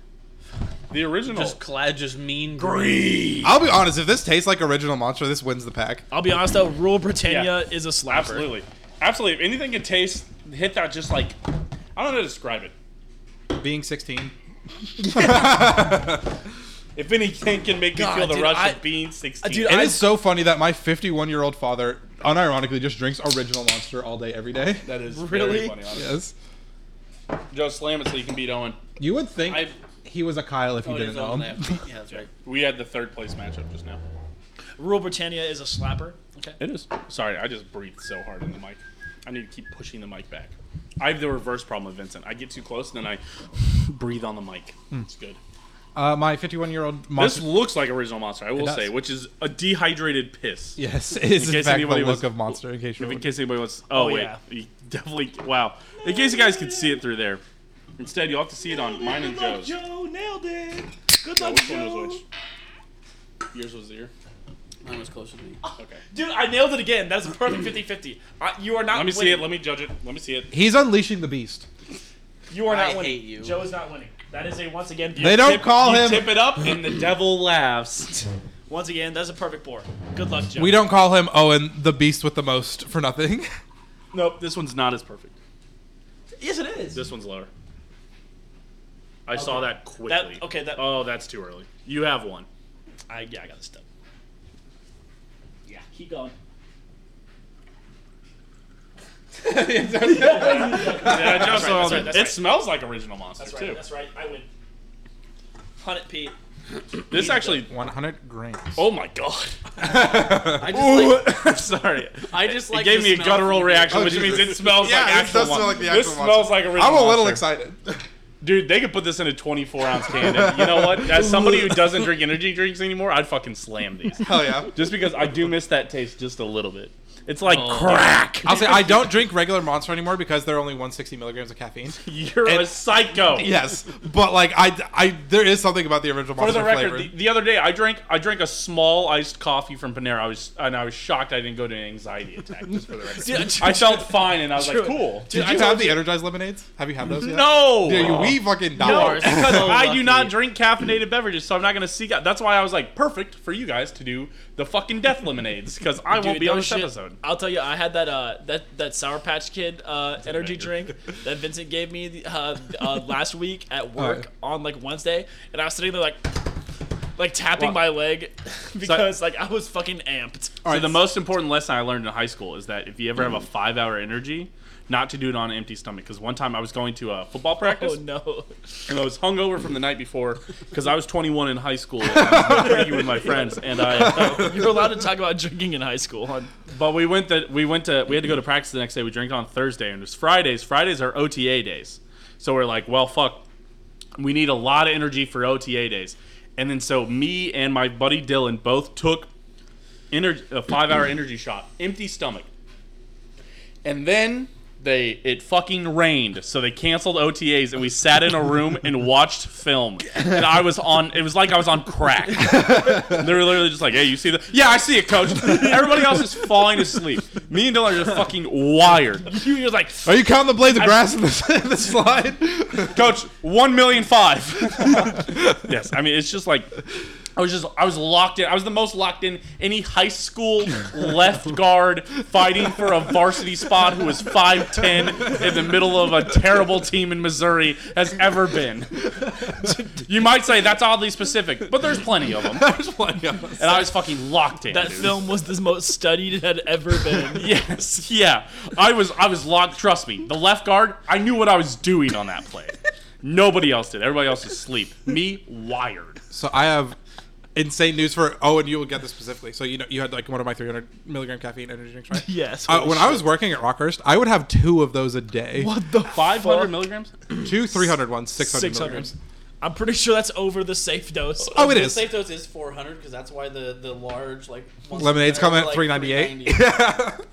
the original.
just clad, just mean green.
I'll be honest. If this tastes like original monster, this wins the pack.
Uh,
I'll be honest though, Rule Britannia is a slapper.
Absolutely, absolutely. If anything can taste, hit that. Just like I don't know how to describe it.
Being 16.
If anything can make
God,
me feel the
dude,
rush
I-
of being sixteen,
dude,
It
I-
is so funny that my 51 year old father, unironically, just drinks original monster all day, every day.
that is very
Really?
funny. honestly.
Yes.
Joe, slam it so you can beat Owen.
You would think
I-
he was a Kyle
Oh,
if you didn't know him.
Yeah, that's right.
We had the third place matchup just now.
Rule Britannia is a slapper. Okay.
It is. Sorry, I just breathed so hard in the mic. I need to keep pushing the mic back. I have the reverse problem with Vincent. I get too close and then I breathe on the mic.
Hmm.
It's good.
Uh, my 51 year old
This
monster.
looks like original monster, I will
does.
say, which is a dehydrated piss.
yes, is in,
case
fact the
anybody
look
was-
of monster. In case
If
you're
in case anybody wants, oh, wait,
yeah.
you definitely. Wow. In case you guys could see it through there. Instead, you'll have to see it on mine and Joe's.
Joe nailed it. Good
Oh,
luck,
which one was which? Yours was the ear.
Mine was closer to me.
Okay.
Dude, I nailed it again. That's a perfect 50-50. I, you are not.
Let me see
winning.
it. Let me judge it. Let me see it.
He's unleashing the beast.
You are not
I
winning.
hate you.
Joe is not winning. That is a once again.
They don't call
you
him.
Tip it up, and the devil laughs.
Once again, that's a perfect pour. Good luck, Joe.
We don't call him Owen the beast with the most for nothing.
Nope, this one's not as perfect.
Yes, it is.
This one's lower. I saw that quickly.
that okay. That
Oh, that's too early. You have one.
I, yeah, I got this stuff. Yeah, keep going.
Yeah, Joe saw
that's
that.
right, that's
it
right.
smells like original monster
That's right.
too.
That's right. I win. Hunt it, Pete.
This actually.
100 grams.
Oh my god.
I just like,
I'm sorry.
I just like
it gave
the
me a
smell
guttural
from-
reaction,
Oh,
which means
Jesus.
it smells
Yeah,
like
it
actual
does smell
monster.
like the actual
This
monster.
smells like original.
I'm a little
monster.
excited.
Dude, they could put this in a 24 ounce can. And you know what? As somebody who doesn't drink energy drinks anymore, I'd fucking slam these.
Hell yeah.
Just because I do miss that taste just a little bit. It's like
Oh.
crack.
I'll say I don't drink regular Monster anymore because they're only 160 milligrams of caffeine.
You're a
And-
psycho.
Yes, but like I, I, there is something about the original
For
Monster
the record,
flavor.
the, the other day I drank I drank a small iced coffee from Panera. I was and I was shocked I didn't go to an anxiety attack. Just for the record, I felt fine and I was like, cool.
Did you have the Oh. energized lemonades? Have you had those? Yet?
No,
Dude, you- we fucking died.
no,
are
because
so
I do not
lucky.
drink caffeinated beverages, so I'm not gonna seek out. That's why I was like, perfect for you guys to do the fucking death lemonades because I won't
Dude,
be on
no
this
shit.
episode.
I'll tell you, I had that uh, that that Sour Patch Kid uh, energy
banger.
drink that Vincent gave me the- uh, uh, last week at work on like Wednesday, and I was sitting there like like tapping
Wow.
my leg because like I was fucking amped.
so the most important lesson I learned in high school is that if you ever have a five hour energy, not to do it on an empty stomach. Because one time I was going to a football practice.
Oh no!
and I was hungover from the night before because I was 21 in high school and I was drinking with my friends, and I.
You're allowed to talk about drinking in high school. Huh?
But we went that we went to we had to go to practice the next day. We drank on Thursday, and it was Fridays. Fridays are OTA days, so we're like, well, fuck, we need a lot of energy for OTA days, and then so me and my buddy Dylan both took energy a five hour energy shot, empty stomach, and then. They it fucking rained, so they canceled OTAs, and we sat in a room and watched film. And I was on, it was like I was on crack. They were literally just like, "Hey, you see that? Yeah, I see it, coach." Everybody else is falling asleep. Me and Dylan are just fucking wired.
You were like,
Are you counting the blades of grass in this, in this slide?
Coach, one million five. yes, I mean it's just like I was just I was locked in. I was the most locked in any high school left guard fighting for a varsity spot who was 5'10 in the middle of a terrible team in Missouri has ever been. You might say that's oddly specific, but there's plenty of them. There's plenty of them. And I was fucking locked in.
That
dude.
film was the most studied it had ever been.
Yes, yeah. I was I was locked, trust me. The left guard, I knew what I was doing on that play. Nobody else did. Everybody else was asleep. Me wired.
So I have insane news for oh, and you will get this specifically. So you know you had like one of my 300 milligram caffeine energy drinks, right?
Yes.
Uh, when I was working at Rockhurst, I would have two of those a day.
what the
500
fuck?
milligrams?
Two 300 ones, 600,
600.
milligrams.
I'm pretty sure that's over the safe dose.
Oh, it
the
is.
safe dose is 400 because that's why the the large like once
Lemonade's
they're,
coming at
like,
398.
390.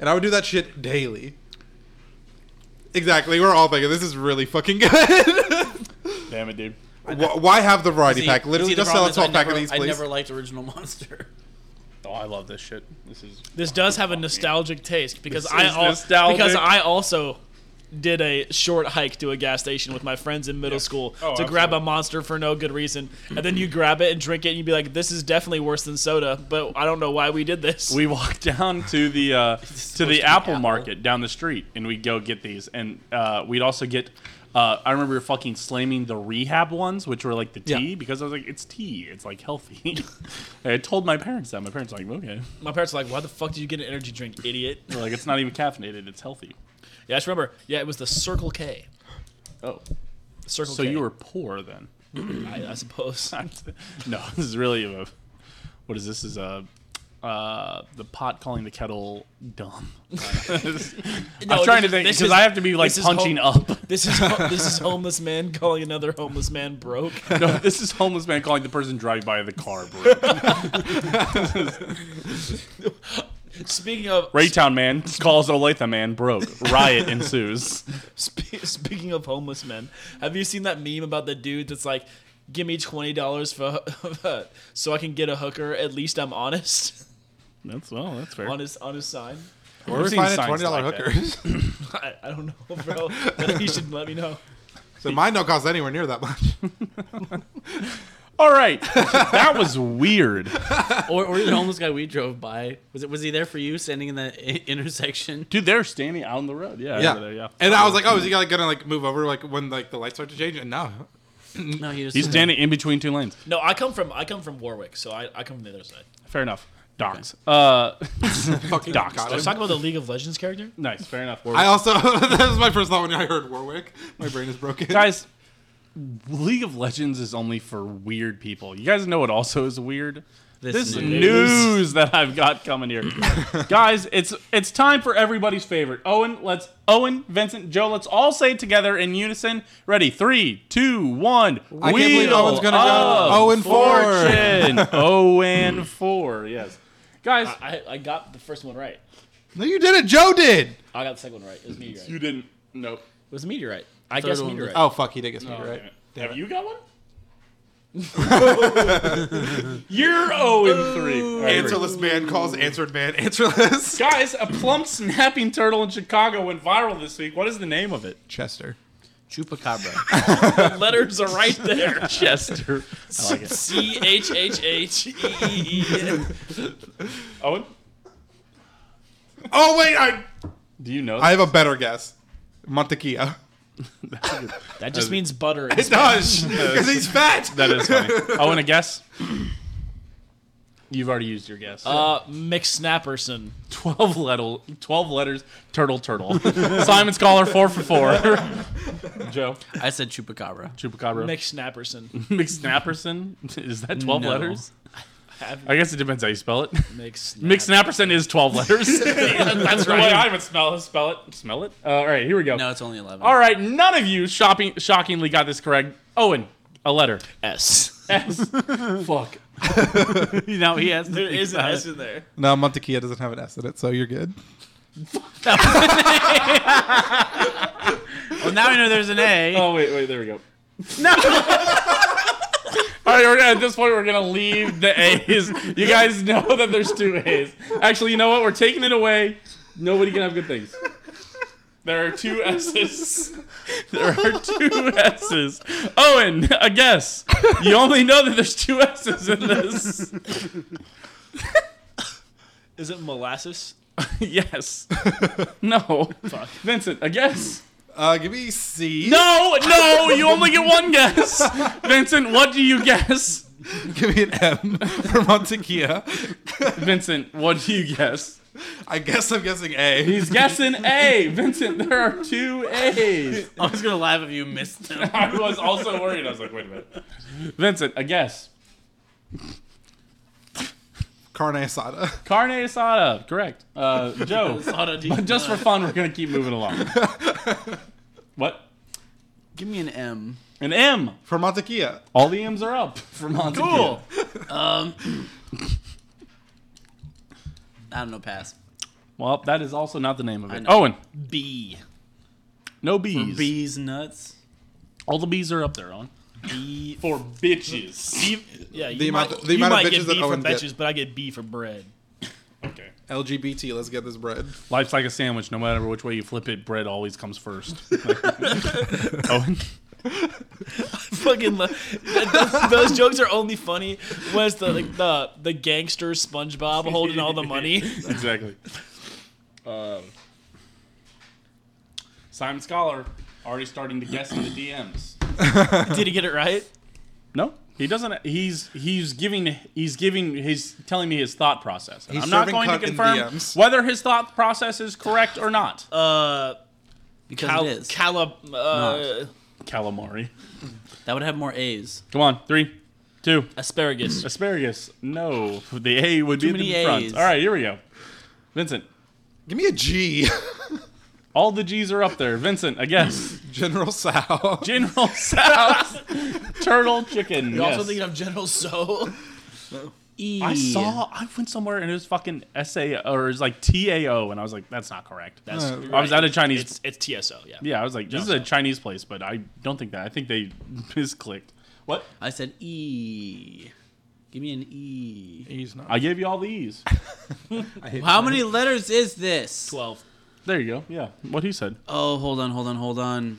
and I would do that shit daily. Exactly. We're all thinking this is really fucking good.
Damn it, dude.
Wh- Why have the variety
See-
pack? Literally,
see, the
just sell
problem
a
is I
12 pack of
never-
these,
I
please.
never liked original Monster.
Oh, I love this shit. This is
This does have a nostalgic taste because
This
I
is
al-
nostalgic.
because I also did a short hike to a gas station with my friends in middle school to
Oh, absolutely.
grab a monster for no good reason, and then you grab it and drink it, and you'd be like, "This is definitely worse than soda," but I don't know why we did this.
we walked down to the uh, to
supposed to
the
be
apple,
apple.
market down the street, and we'd go get these, and uh, we'd also get. Uh, I remember fucking slamming the rehab ones, which were like the tea, because I was like, "It's tea, it's like healthy." I told my parents that. My parents were like, "Okay,
my parents were like, "Why the fuck did you get an energy drink, idiot?"
They're like it's not even caffeinated, it's healthy."
Yeah, I just remember. Yeah, it was the Circle K.
Oh,
Circle
so
K.
you were poor then?
I, I suppose.
no, this is really a. What is this? Is a. Uh, the pot calling the kettle dumb.
No,
I'm trying to
this is-
think
this
because
is-
I have to be like
this is
punching
home-
up.
This is ho- this is homeless man calling another homeless man broke.
No, this is homeless man calling the person driving by the car. Bro.
Speaking of
Raytown man calls Olathe man broke. Riot ensues.
Spe- Speaking of homeless men, have you seen that meme about the dude that's like, "Give me twenty dollars for so I can get a hooker. At least I'm honest."
That's well, that's fair.
on his on his sign.
Where we
I've seen
finding
signs
twenty dollar
like that.
hookers?
I, I don't know, bro. you should let me know.
so mine don't cost anywhere near that much.
All right, that was weird.
or, or the homeless guy we drove by was it was he there for you standing in that i- intersection?
Dude, they're standing out on the road. Yeah,
yeah.
over there, yeah.
And I was like, oh, is he like, gonna like move over like when like the lights start to change? And no,
No, he just
He's standing in between two lanes.
No, I come from I come from Warwick, so I, I come from the other side.
Fair enough. Docs. Uh,
fucking
Doxed
got
us.
him.
Talk about the League of Legends character.
nice. Fair enough.
I also that was my first thought when I heard Warwick. My brain is broken.
guys league of legends is only for weird people you guys know what also is weird this, news. that i've got coming here guys it's it's time for everybody's favorite owen let's owen vincent joe let's all say it together in unison ready three two one
I can't believe Owen's gonna go. Owen four.
fortune owen four yes guys
I, I got the first one right.
No, you did it. Joe did.
I got the second one right. It was meteorite.
you
It
didn't nope
was meteorite. I
Third
guess
one was-
meteorite.
Oh fuck, he did get me right.
Have you got one? You're 0 and 3. All right,
Answerless man calls answered man answerless.
Guys, a plump snapping turtle in Chicago went viral this week. What is the name of it?
Chester.
chupacabra.
The letters are right there.
Chester.
C H H H E E E.
Owen,
Oh wait, I
do you know?
I have a better guess. Montequilla.
That just means butter.
It does because he's fat.
that is funny. Owen, a guess? You've already used your guess.
Uh, McSnapperson.
12, letter, 12 letters, turtle, turtle. Simon Scholar, 4 for 4. Joe,
I said chupacabra.
Chupacabra.
McSnapperson.
McSnapperson? Is that 12
No.
letters?
Have
I guess it depends how you spell it.
McSnap-
McSnapperson is 12 letters. That's right. I would smell, spell it. Smell it? Uh, all right, here we go.
No, it's only eleven.
All right, none of you shopping, shockingly got this correct. Owen, a letter.
S.
S. Fuck.
now he has.
There is an S in there.
No, Montequilla doesn't have an S in it, so you're good.
Well, now we know there's an A.
Oh, wait, wait, there we go. No! All right, we're gonna, at this point, we're going to leave the A's. You guys know that there's two A's. Actually, you know what? We're taking it away. Nobody can have good things. There are two S's. There are two S's. Owen, a guess. You only know that there's two S's in this.
Is it molasses?
yes. No. Fuck. Vincent, a guess.
Uh, give me C.
No, no, you only get one guess. Vincent, what do you guess?
Give me an M for Montekia.
Vincent, what do you guess?
I guess I'm guessing A.
He's guessing A. Vincent, there are two A's.
I was gonna laugh if you missed him.
I was also worried. I was like, wait a minute. Vincent, a guess.
Carne asada.
Carne asada, correct. Uh, Joe, but just for fun, we're gonna keep moving along. what?
give me an M.
An M.
For Montekia.
All the M's are up for Montague.
Cool. Um, I don't know. Pass.
Well, that is also not the name of
I
it.
know.
Owen,
B.
no B's.
Bees nuts.
All the B's are up there, Owen.
B.
For bitches.
Yeah, you
The
might,
amount- the
you
amount of
might
bitches
get
that
B for
Owen get.
bitches, but I get B for bread.
Okay.
LGBT, let's get this bread.
Life's like a sandwich. No matter which way you flip it, bread always comes first. Owen,
fucking lo- th- th- those jokes are only funny when it's the like, the the gangster SpongeBob holding all the money.
exactly. Um, Simon Scholar already starting to guess in the DMs.
Did he get it right?
No, he doesn't. He's he's giving he's giving he's telling me his thought process. And
He's
I'm not
serving
going to
cunt in
confirm
DMs.
whether his thought process is correct or not.
Uh,
Because
cal-
it is.
cala- uh,
Calamari.
that would have more A's.
Come on, three, two.
asparagus.
Asparagus. No, the A would
Too
be in
many
the front.
A's.
All right, here we go. Vincent,
Give me a G.
all the G's are up there. Vincent, I guess.
General Sow.
General South. Turtle chicken.
You
yes.
also thinking of General So?
E.
I saw I went somewhere and it was fucking S A or it was like T A O and I was like, that's not correct.
That's
Uh,
I was
right.
at a Chinese
It's it's TSO. Yeah.
Yeah, I was like, this is a Chinese place, but I don't think that. I think they misclicked. What?
I said E. Give me an E.
He's not.
I gave you all these.
How many letters is this?
Twelve.
There you go. Yeah, what he said.
Oh, hold on, hold on, hold on.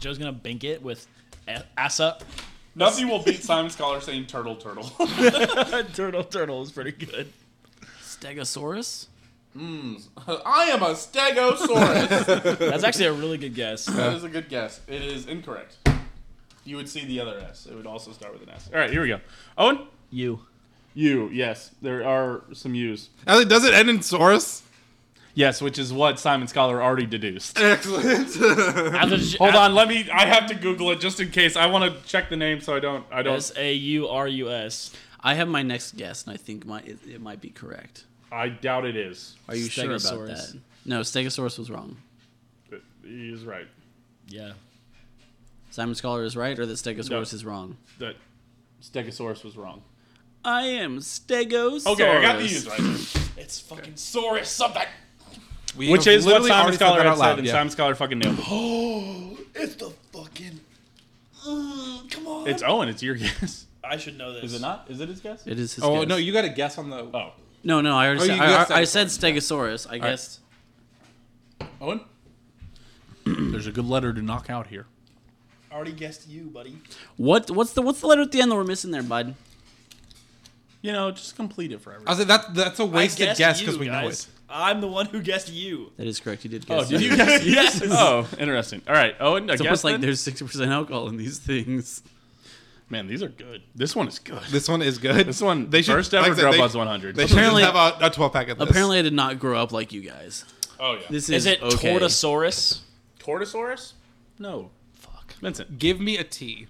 Joe's gonna bink it with a- assa.
Nothing will beat Simon Scholar saying turtle, turtle.
turtle turtle is pretty good.
Stegosaurus?
I am a stegosaurus.
That's actually a really good guess.
that is a good guess. It is incorrect. You would see the other S. It would also start with an S. All right, here we go. Owen?
You.
U, yes. There are some U's.
Ellie, does it end in Saurus?
Yes, which is what Simon Scholar already deduced.
Excellent.
Hold on, let me. I have to Google it just in case. I want to check the name so I don't. I don't.
S A U R U S.
I have my next guess, and I think my it, it might be correct.
I doubt it is.
Are you sure about
Stegosaurus.
that? No, Stegosaurus was wrong.
He is right.
Yeah.
Simon Scholar is right, or that Stegosaurus
No.
is wrong.
that Stegosaurus was wrong.
I am Stegosaurus.
Okay, I got the U's right.
It's fucking Saurus something.
We
Which
have
is what
literally
Simon
already said
Scholar
that
had
out
said,
loud,
and
yeah.
Simon Scholar fucking nailed it.
It's the fucking. mm, come on.
It's Owen. It's your guess.
I should know this.
Is it not? Is it his guess?
It is his
Oh,
guess.
no, you got to guess on the.
Oh,
No, no, I already
Oh,
said,
you
I,
guessed
I, I said Stegosaurus. I guessed.
Owen. There's a good letter to knock out here.
I already guessed you, buddy.
What? What's the what's the letter at the end that we're missing there, bud?
You know, just complete it for everyone.
I was like, that, that's a wasted guess because we know
I'm the one who guessed you.
That is correct. You did guess. that.
Oh, you guess? yes. Oh, interesting. All right, Owen. I
It's
guess
almost like
then?
there's sixty percent alcohol in these things.
Man, these are good. This one is good.
it. This one is good.
This one, first ever
like I said,
Grubhub's
they-
100.
They should
Apparently-
just have a, a 12 pack of this.
Apparently, I did not grow up like you guys.
oh yeah.
This is,
Is it
okay.
Tortosaurus?
Tortosaurus? No. Fuck. Vincent.
Give me a T.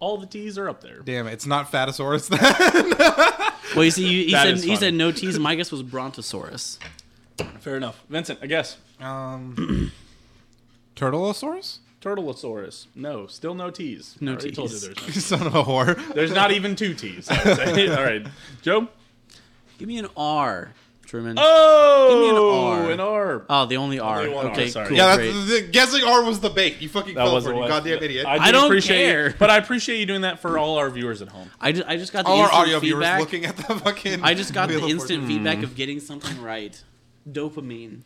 All the T's are up there.
Damn it, it's not Fatosaurus then.
Well, you see, you, he
That
said
is
he
funny.
said no T's. My guess was Brontosaurus.
Fair enough. Vincent, I guess.
um, Turtleosaurus?
Turtleosaurus. No. Still no T's.
No
I already Told you
Ts.
there's no
Son of a whore.
There's not even two T's. I would say. All right, Joe.
Give me an R, Truman.
Oh,
Give me an
R.
Oh, the only R.
Only one R,
okay,
sorry.
cool.
Yeah,
great.
that's, the, guessing R was the bait. You fucking
That
fell
was
for it,
the
you
last-
goddamn idiot.
do
I don't
appreciate
care.
You, but I appreciate you doing that for all our viewers at home.
I just, I just got the
All our
instant
audio
feedback.
viewers looking at the fucking.
I just got
Wheel
the
of
instant
Fortune.
feedback of getting something right. Dopamine.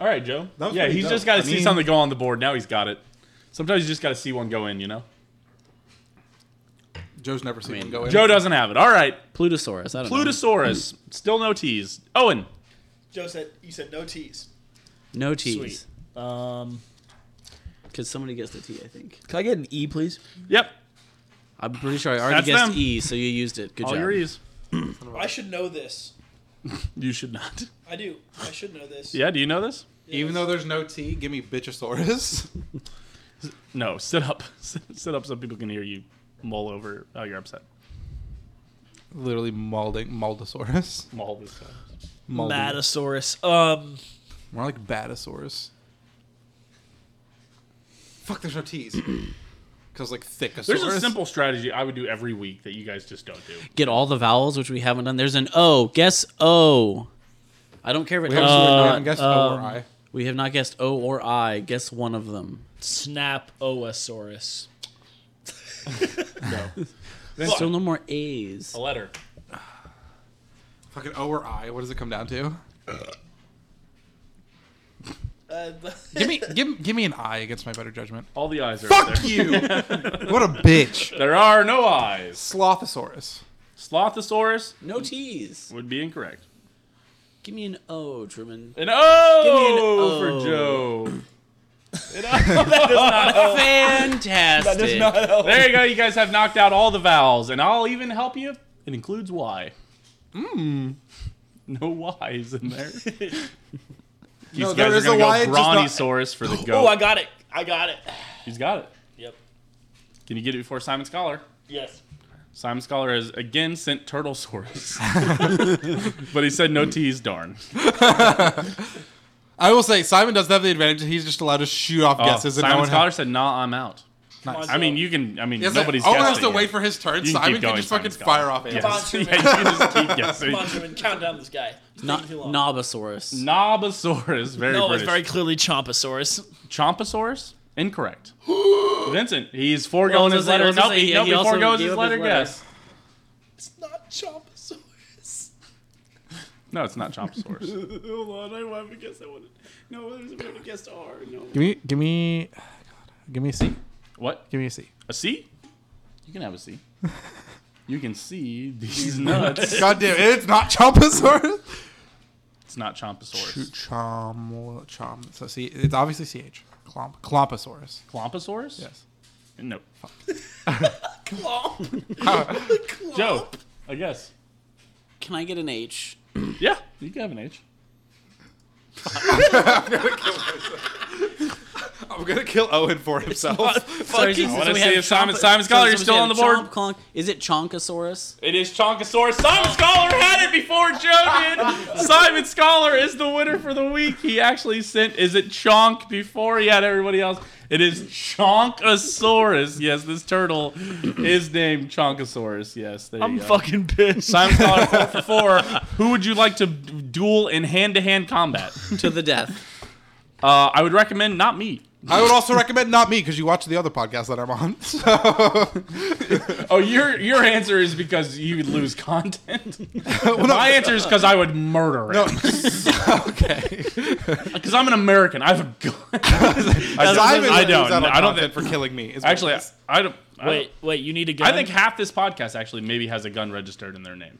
All right, Joe.
That was
Yeah,
pretty
he's
dope.
just got to
I
see
mean-
something go on the board. Now he's got it. Sometimes you just got to see one go in, you know?
Joe's never seen
mean,
him go in.
Joe doesn't have it. All right.
Plutosaurus. I don't
Plutosaurus. Still no T's. Owen.
Joe said you said no tease.
know. No T's.
Sweet. Um,
Because somebody gets the T, I think.
Can I get an E, please?
Yep.
I'm pretty sure I already
That's
guessed
them.
E, so you used it. Good
All
job.
your E's.
I should know this.
You should not.
I do. I should know this.
Yeah, do you know this?
Even though there's no T, give me Bitchosaurus.
No, sit up. Sit, sit up so people can hear you mull over how you're upset.
Literally mauling Maldosaurus.
Mull this time.
Maldi-
Matasaurus. Um,
More like Batasaurus. Fuck, there's no T's. Because like thickosaurus.
There's a simple strategy I would do every week that you guys just don't do.
Get all the vowels, which we haven't done. There's an O. Guess O. I don't care if
We
it
haven't,
helps
seen
you
it,
or
we
not.
haven't guessed O or I.
We have not guessed O or I. Guess one of them.
snap oasaurus.
Still no more A's.
A
Oh.
letter.
Fucking O or I. What does it come down to?
Uh,
Give me, give, give me an I against my better judgment.
All the eyes are up
Fuck
there.
you! what a bitch.
There are no eyes.
Slothosaurus.
Slothosaurus
No T's.
would be incorrect.
Give me an O, Truman.
An O,
Give me an O.
Oh, for Joe.
Oh.
Fantastic.
There you go. You guys have knocked out all the vowels, and I'll even help you. It includes Y. Mmm. No Y's in there. These
No,
guys
there
are
is a
gonna
Y,
go
it's just not-
Brontosaurus for the goat.
oh, I got it. I got it.
He's got it.
Yep.
Can you get it before Simon Scholar?
Yes.
Simon Scholar has again sent Turtlesaurus. but he said no T's, darn.
I will say, Simon doesn't have the advantage. He's just allowed to shoot off
Oh,
guesses. and no
Simon
one
Scholar
has-
said, nah, I'm out.
Come on,
I mean,
Joe.
you can, I mean,
Yes,
nobody's
Owen
guessing
has to
it.
wait for his turn.
You can
Simon
keep
can
going,
just fucking
Simon Scholar.
fire off answers.
Yes. Yeah,
on,
you can
Truman.
just keep guessing.
Come on, Truman, count down this guy. It's
No-
taking too long.
Nobosaurus.
Knobosaurus. Very
no,
British.
it's very clearly Chomposaurus.
Chomposaurus? Incorrect. Vincent, he's foregoing
Well, I
his
was gonna say- I
letter.
was gonna
Nope,
say,
he,
yeah,
nope,
he
he
also
foregoes
gave
his
up
letter
his letter.
guess.
It's not Chomposaurus.
No, it's not Chomposaurus.
Hold on, I want to guess. I want to. No, there's a way to guess R. No.
Give me, give me, give me a C.
what?
Give me a C.
A C? You can have a C. You can see these nuts.
God damn, it's not Chomposaurus.
It's not Chomposaurus.
Chom, chom. So see, it's obviously CH. Clomp, Clomposaurus.
Clomposaurus?
Yes.
No.
Clomp.
Joe, I guess.
Can I get an H?
Yeah, you can have an H.
I'm gonna kill Owen for himself.
Sorry,
I
so
wanna see
we have
if Simon-
Chomp-
Simon
so
Scholar, you're
so we
still
have
on the board?
Chomp Clonk. Is it Chonkosaurus?
It is Chonkosaurus. Simon Scholar had it before Joe did. Simon Scholar is the winner for the week. He actually sent, is it Chonk before he had everybody else? It is Chonkosaurus. Yes, this turtle is named Chonkosaurus. Yes, there
I'm
you go.
fucking pissed.
Simon Scholar, four for four. Who would you like to d- duel in hand to hand combat?
to the death.
Uh, I would recommend not me.
I would also recommend not me because you watch the other podcast that I'm on. So,
Oh, your your answer is because you would lose content.
Well, no,
My answer is because I would murder
no,
him.
okay.
Because I'm an American. I have a gun. I don't.
Simon
I
would lose
don't.
out on
I don't
content
think.
for killing me. is what
Actually,
it
I,
is.
I don't. I don't-
Wait, wait, you need a gun?
I think half this podcast actually maybe has a gun registered in their name.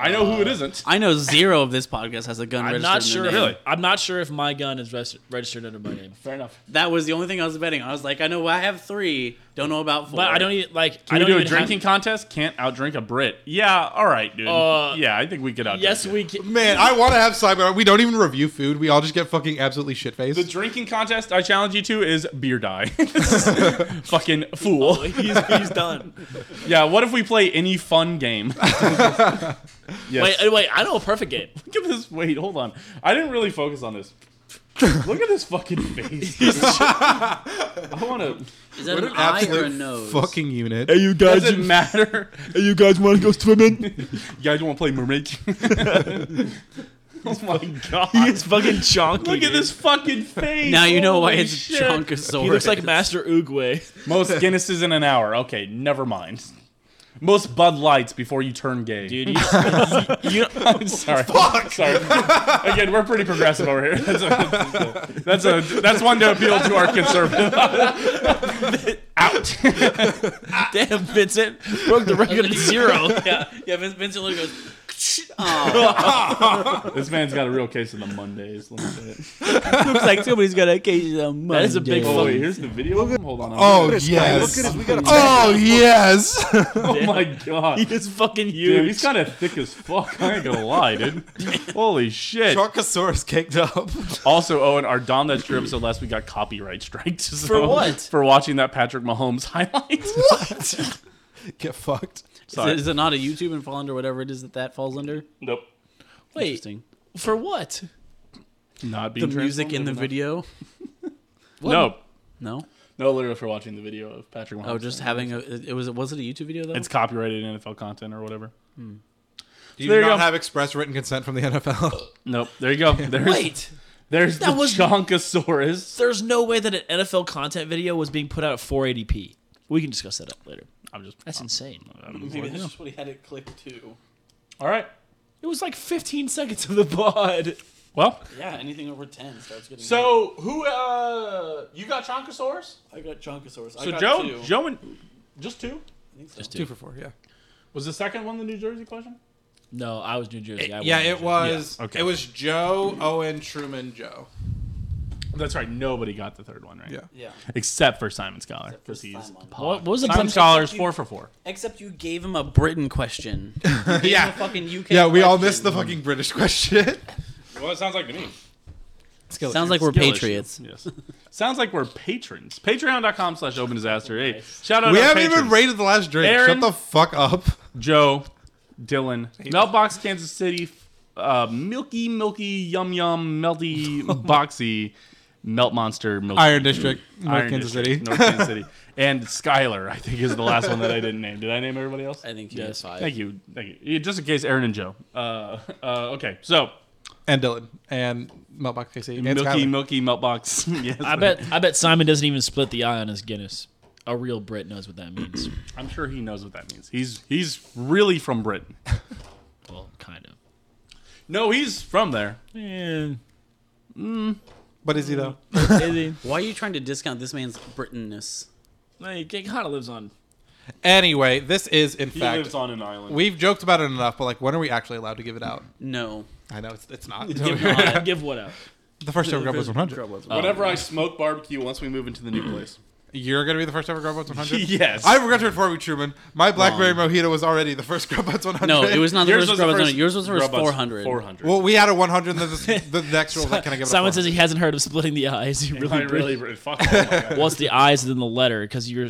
I know
Uh,
who it isn't.
I know zero of this podcast has a gun
I'm
registered.
not
in
sure.
their
if-
name.
Really?
I'm not sure if my gun is res- registered under my name.
Fair enough.
That was the only thing I was betting. on. I was like, I know I have three. Don't know about four.
But I don't even like.
Can we
I don't
do a
even have-
drinking contest? Can't outdrink a Brit. Yeah. All right, dude.
Uh,
yeah, I think we could outdrink.
yes,
it.
we can.
man, I want to have Simon. We don't even review food. We all just get fucking absolutely shit
The
faced.
drinking contest I challenge you to is beer die. Fucking fool.
He's, he's done.
Yeah, what if we play any fun game?
Wait,
yes.
uh, wait, I know a perfect game.
Look at this. Wait, hold on. I didn't really focus on this. Look at this fucking face. I want to.
Is that an eye or a nose?
fucking unit.
you guys,
Doesn't matter.
you guys want to go swimming?
You guys want to play mermaid? King? oh my god!
He's fucking chonky.
Look at this fucking face.
Now you know why
Holy
it's
shit.
Chonkosaurus.
He looks like Master Oogway.
Most Guinnesses in an hour. Okay, never mind. Most Bud Lights before you turn gay.
Dude, you,
You know- I'm sorry. Fuck. Sorry. Again, we're pretty progressive over here. That's, a, that's a that's one to appeal to our conservative. Out.
Damn, Vincent.
broke the record at zero.
Yeah, yeah. Vin- Vincent literally goes.
this man's got a real case of the Mondays. Let me say it.
Looks like somebody's got a case of
That is a big
Oh
fuck.
wait, here's the video. of him? Hold on.
Oh
Look at
yes.
us. We got a
Oh yes.
oh my god.
He is fucking huge.
Dude, he's kind of thick as fuck. I ain't gonna lie, dude. Holy shit.
Sharkosaurus caked up.
Also, Owen, our Dom that's true episode last week got copyright striked. So,
For what?
For watching that Patrick Mahomes highlight.
What? Get fucked.
Sorry.
Is it not a YouTube and fall under whatever it is that that falls under?
nope.
Wait,
Interesting.
for what?
Not
The
being
music in
transformed
the
or not?
video?
No.
No.
No, literally for watching the video of Patrick Mahomes.
Oh, just having a. It was. Was it a YouTube video though?
It's copyrighted NFL content or whatever.
Do you
There you go.
not have express written consent from the NFL?
Nope. There you go. There's,
Wait,
there's
that
the
was-
Chonkosaurus.
there's no way that an NFL content video was being put out at 480p. We can discuss that up later.
I'm just.
That's insane.
Maybe that's just what he had it clicked to.
All right.
It was like 15 seconds of the pod.
Well,
Yeah, anything over ten starts getting.
so who? uh You got Chonkosaurus?
I got Chonkosaurus. I
So
got
Joe,
two.
Joe, and just two.
I think so.
Just
Two for four. Yeah.
Was the second one the New Jersey question?
No, I was New Jersey. I
yeah,
won.
it was.
Yeah, okay.
It was Joe Owen Truman Joe.
That's right. Nobody got the third one right.
Yeah.
Yeah.
Except for Simon Scholar
for
because he's
Simon.
the
What,
pod.
what was the
Simon
Clemson-
Scholar's four for four.
Except you gave him a Britain question. You gave
Yeah.
Him a fucking UK.
Yeah, we all
question.
missed the fucking British question.
Well, it sounds like to me.
Sounds like we're
Skill
patriots.
issue. Yes. sounds like we're patrons. Patreon.com slash open disaster. Hey, shout out
we
to our
haven't even
patrons.
rated the last drink.
Aaron-
Shut the fuck up.
Joe, Dylan, Meltbox, Kansas City, uh, Milky, Milky, Yum Yum, Melty, Boxy, Melt Monster, Milky,
Iron District, North
Iron
Kansas
District,
City.
North Kansas City, and Skylar. I think is the last one that I didn't name. Did I name everybody else?
I think you
Yes.
yes. five.
Thank you, thank you. Yeah, Just in case, Aaron and Joe. Uh, uh, okay, so
and Dylan and Meltbox KC and
Milky,
Skyler.
Milky, Meltbox. yes,
I bet I bet Simon doesn't even split the eye on his Guinness. A real Brit knows what that means.
I'm sure he knows what that means. He's he's really from Britain.
well, kind of.
No, he's from there.
But is he though?
Why are you trying to discount this man's Britainness?
like, it kind of lives on.
Anyway, this is in
He
fact.
lives on an island.
We've joked about it enough, but like, when are we actually allowed to give it out?
No.
I know it's, it's not.
Uh, give what up?
the first ever Grub was 100.
Trouble is-
Whenever I smoke barbecue, once we move into the new place.
You're gonna be the first ever Grub was 100.
yes.
I regret to inform you, Truman. My blackberry mojito was already the first Grub was 100.
No, it was not the
Yours
first
was the
Grubhub
first
Zone. Yours was the first
Grubhub
400.
400.
Well, we had a 100, and then the, the next one was like, can I give it?
Simon
a
says he hasn't heard of splitting the eyes. He really,
really,
really
really, really fuck. oh my God.
Well, it's the eyes than the letter because you're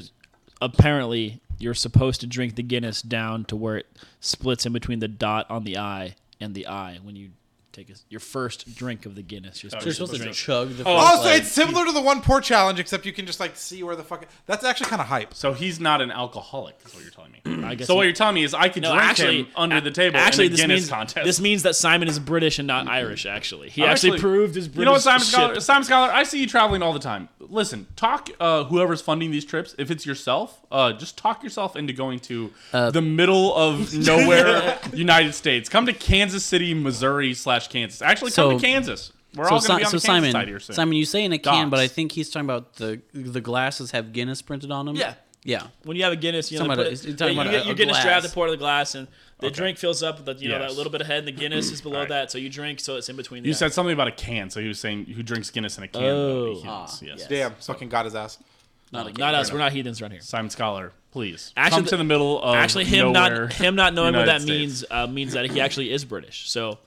apparently you're supposed to drink the Guinness down to where it splits in between the dot on the I and the I when you take a, your first drink of the Guinness. You're supposed,
You're supposed
to
to
drink.
chug the.
Oh,
first
Also,
leg.
it's similar to the one pour challenge, except you can just like see where the fuck. That's actually kind of hype.
So he's not an alcoholic. Is what you're telling me.
I guess
So what
you-
you're telling me is I could
no,
drink
actually,
him under the table
actually,
in a
this
Guinness
means
contest. Mm-hmm.
this means that Simon is British and not Irish. Actually, he
I'm
actually, proved his British.
You know what, Simon
shit.
Scholar? Simon Scholar, I see you traveling all the time. Listen, talk uh, whoever's funding these trips. If it's yourself, uh, just talk yourself into going to
Uh,
the middle of nowhere, United States. Come to Kansas City, Missouri slash Kansas. Actually, come to
So-
Kansas. We're
So,
all going to
Si-
be on
so
the Kansas
Simon,
side here soon.
Simon, you say in a can, but I
Docs.
think he's talking about the the glasses have Guinness printed on them.
Yeah.
Yeah.
When you have a Guinness, you know,
Somebody-
they
it's-
put,
you're talking
you
about
get
a-
your
a
Guinness
glass.
draft to pour the glass, and the drink fills up. with The, you know
Yes.
that little bit of head, and the Guinness is below
Alright.
that, so you drink, so it's in between.
you
the
said something about a can, so he was saying who drinks Guinness in a can.
Oh.
but he can't.
Ah,
yes.
yes.
Damn, fucking got his ass.
Not a can.
not us. We're not heathens around here.
Simon Scholar, please
Actually,
come to the middle of
actually him
nowhere,
not him not knowing what
United
that
States. Hmm.
means uh, means that he actually is British. So,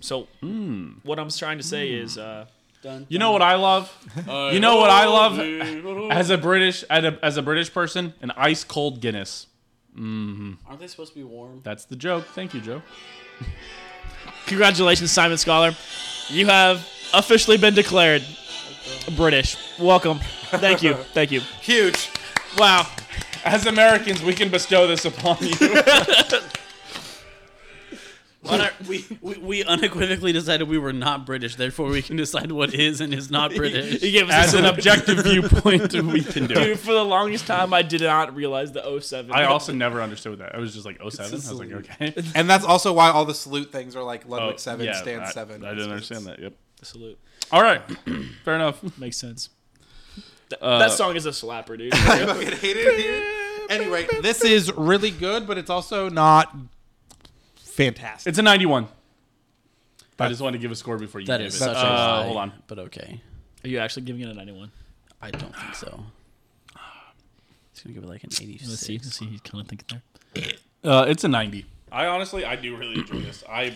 so what I'm trying to say is, uh,
You know what I love? you know what I love as a British as a, as a British person, an ice cold Guinness.
Aren't they supposed to be warm?
That's the joke. Thank you, Joe.
congratulations, Simon Scholar, you have officially been declared British. Welcome. Thank you. Thank you.
Huge.
Wow.
As Americans, we can bestow this upon you.
we, we, we unequivocally decided we were not British, therefore we can decide what is and is not British.
He gave us
As
a
an objective viewpoint, we can do
Dude,
it.
for the longest time, I did not realize the 07.
I also never understood that. I was just like 07. I was like,
salute.
okay.
And that's also why all the salute things are like
Oh,
Ludwig Seven,
yeah,
Stan
I,
Seven.
I didn't understand that. Yep.
Salute.
All right. Fair enough.
Makes sense.
Uh,
that song is a slapper, dude.
I fucking hate it, dude. Anyway, this is really good, but it's also not fantastic.
It's a 91. I just want to give a score before you
that
give
is
it.
such a
uh,
lie,
hold on.
but okay.
Are you actually giving it a 91?
I don't think so. It's gonna give it like an
Let's see. Let's
86.
see. He's kind of thinking there.
Uh, it's a 90. I honestly, I do really enjoy this. I,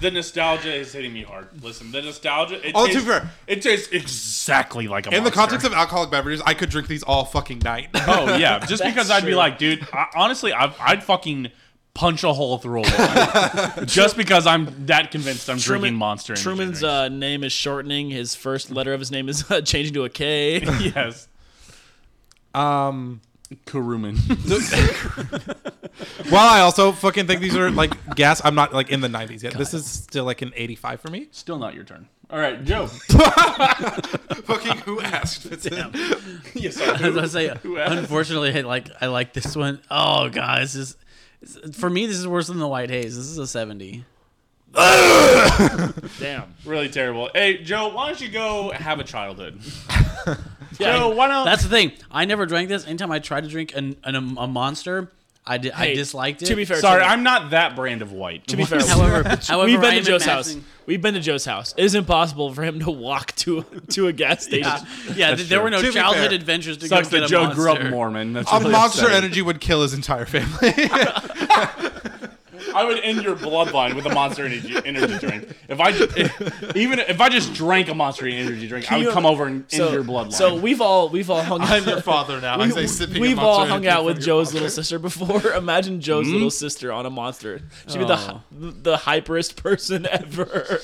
the nostalgia is hitting me hard. Listen, the nostalgia. It
All
tastes,
too Oh, fair.
It tastes exactly like a.
In the context of alcoholic beverages, I could drink these all fucking night.
Oh yeah, just
That's
because I'd be
true.
like, dude, I, honestly, I, I'd fucking punch a hole through a wall. just because I'm that convinced I'm drinking Monster. Energy
Truman's
drinks.
uh, name is shortening. His first letter of his name is uh, changing to a K.
uh, yes,
Um.
Karuman.
Well, I also fucking think these are like gas. I'm not like in the 90s yet. This is still like an 85 for me.
Still not your turn. All right, Joe.
fucking who asked? It's
yes,
I was gonna say,
asked?
unfortunately, I like I like this one. Oh god, this is it's- for me. This is worse than the White Haze. This is a 70.
Damn.
really terrible. Hey, Joe, why don't you go have a childhood? Joe, why don't
That's the thing. I never drank this. Anytime I tried to drink an, an, a monster, I did. I
Hey,
disliked it.
To be fair,
Sorry,
Truman-
I'm not that brand of white.
To be fair,
However, however,
We've
I
been to
am
Joe's house.
advancing-
We've been to Joe's house. It is impossible for him to walk to to a gas station.
Yeah, yeah th- there
true.
were no
To be
childhood
fair.
adventures to
sucks that
go get a
Joe
monster.
grew up Mormon. That's
A
really
monster
upsetting.
energy would kill his entire family.
I would end your bloodline with a monster energy, energy drink. If I if, even if I just drank a monster energy drink, I would
you-
come over and end
So,
your bloodline.
so we've all we've all hung out.
father now.
We, have all hung out with Joe's little sister before. Imagine Joe's little sister on a monster. She'd be the hy-
Oh.
the hyperest person ever.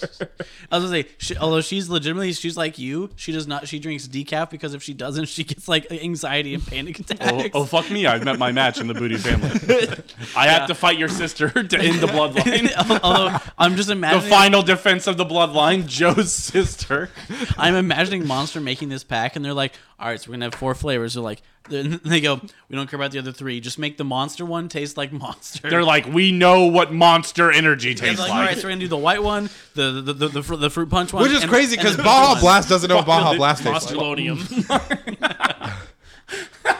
I was gonna say, she, although she's legitimately, she's like you. She does not. She drinks decaf because if she doesn't, she gets like anxiety and panic
oh,
attacks.
oh, fuck me! I've met my match in the Booty family. I have to fight your sister to end the bloodline.
although I'm just
The
imagining,
final defense of the bloodline, Joe's sister.
I'm imagining Monster making this pack, and they're like, "All right, so we're gonna have four flavors." They're like, then they go, "We don't care about the other three. Just make the Monster one taste like Monster."
They're like, we know what monster energy
They're
tastes
like,
like.
"All right, so we're gonna do the white one, the the the, the, the, fr- the fruit punch one,
Which is
and-
crazy
and the
because
vanilla
Baja
one."
Blast doesn't know what Baja Blast tastes like.
Monsterlonium.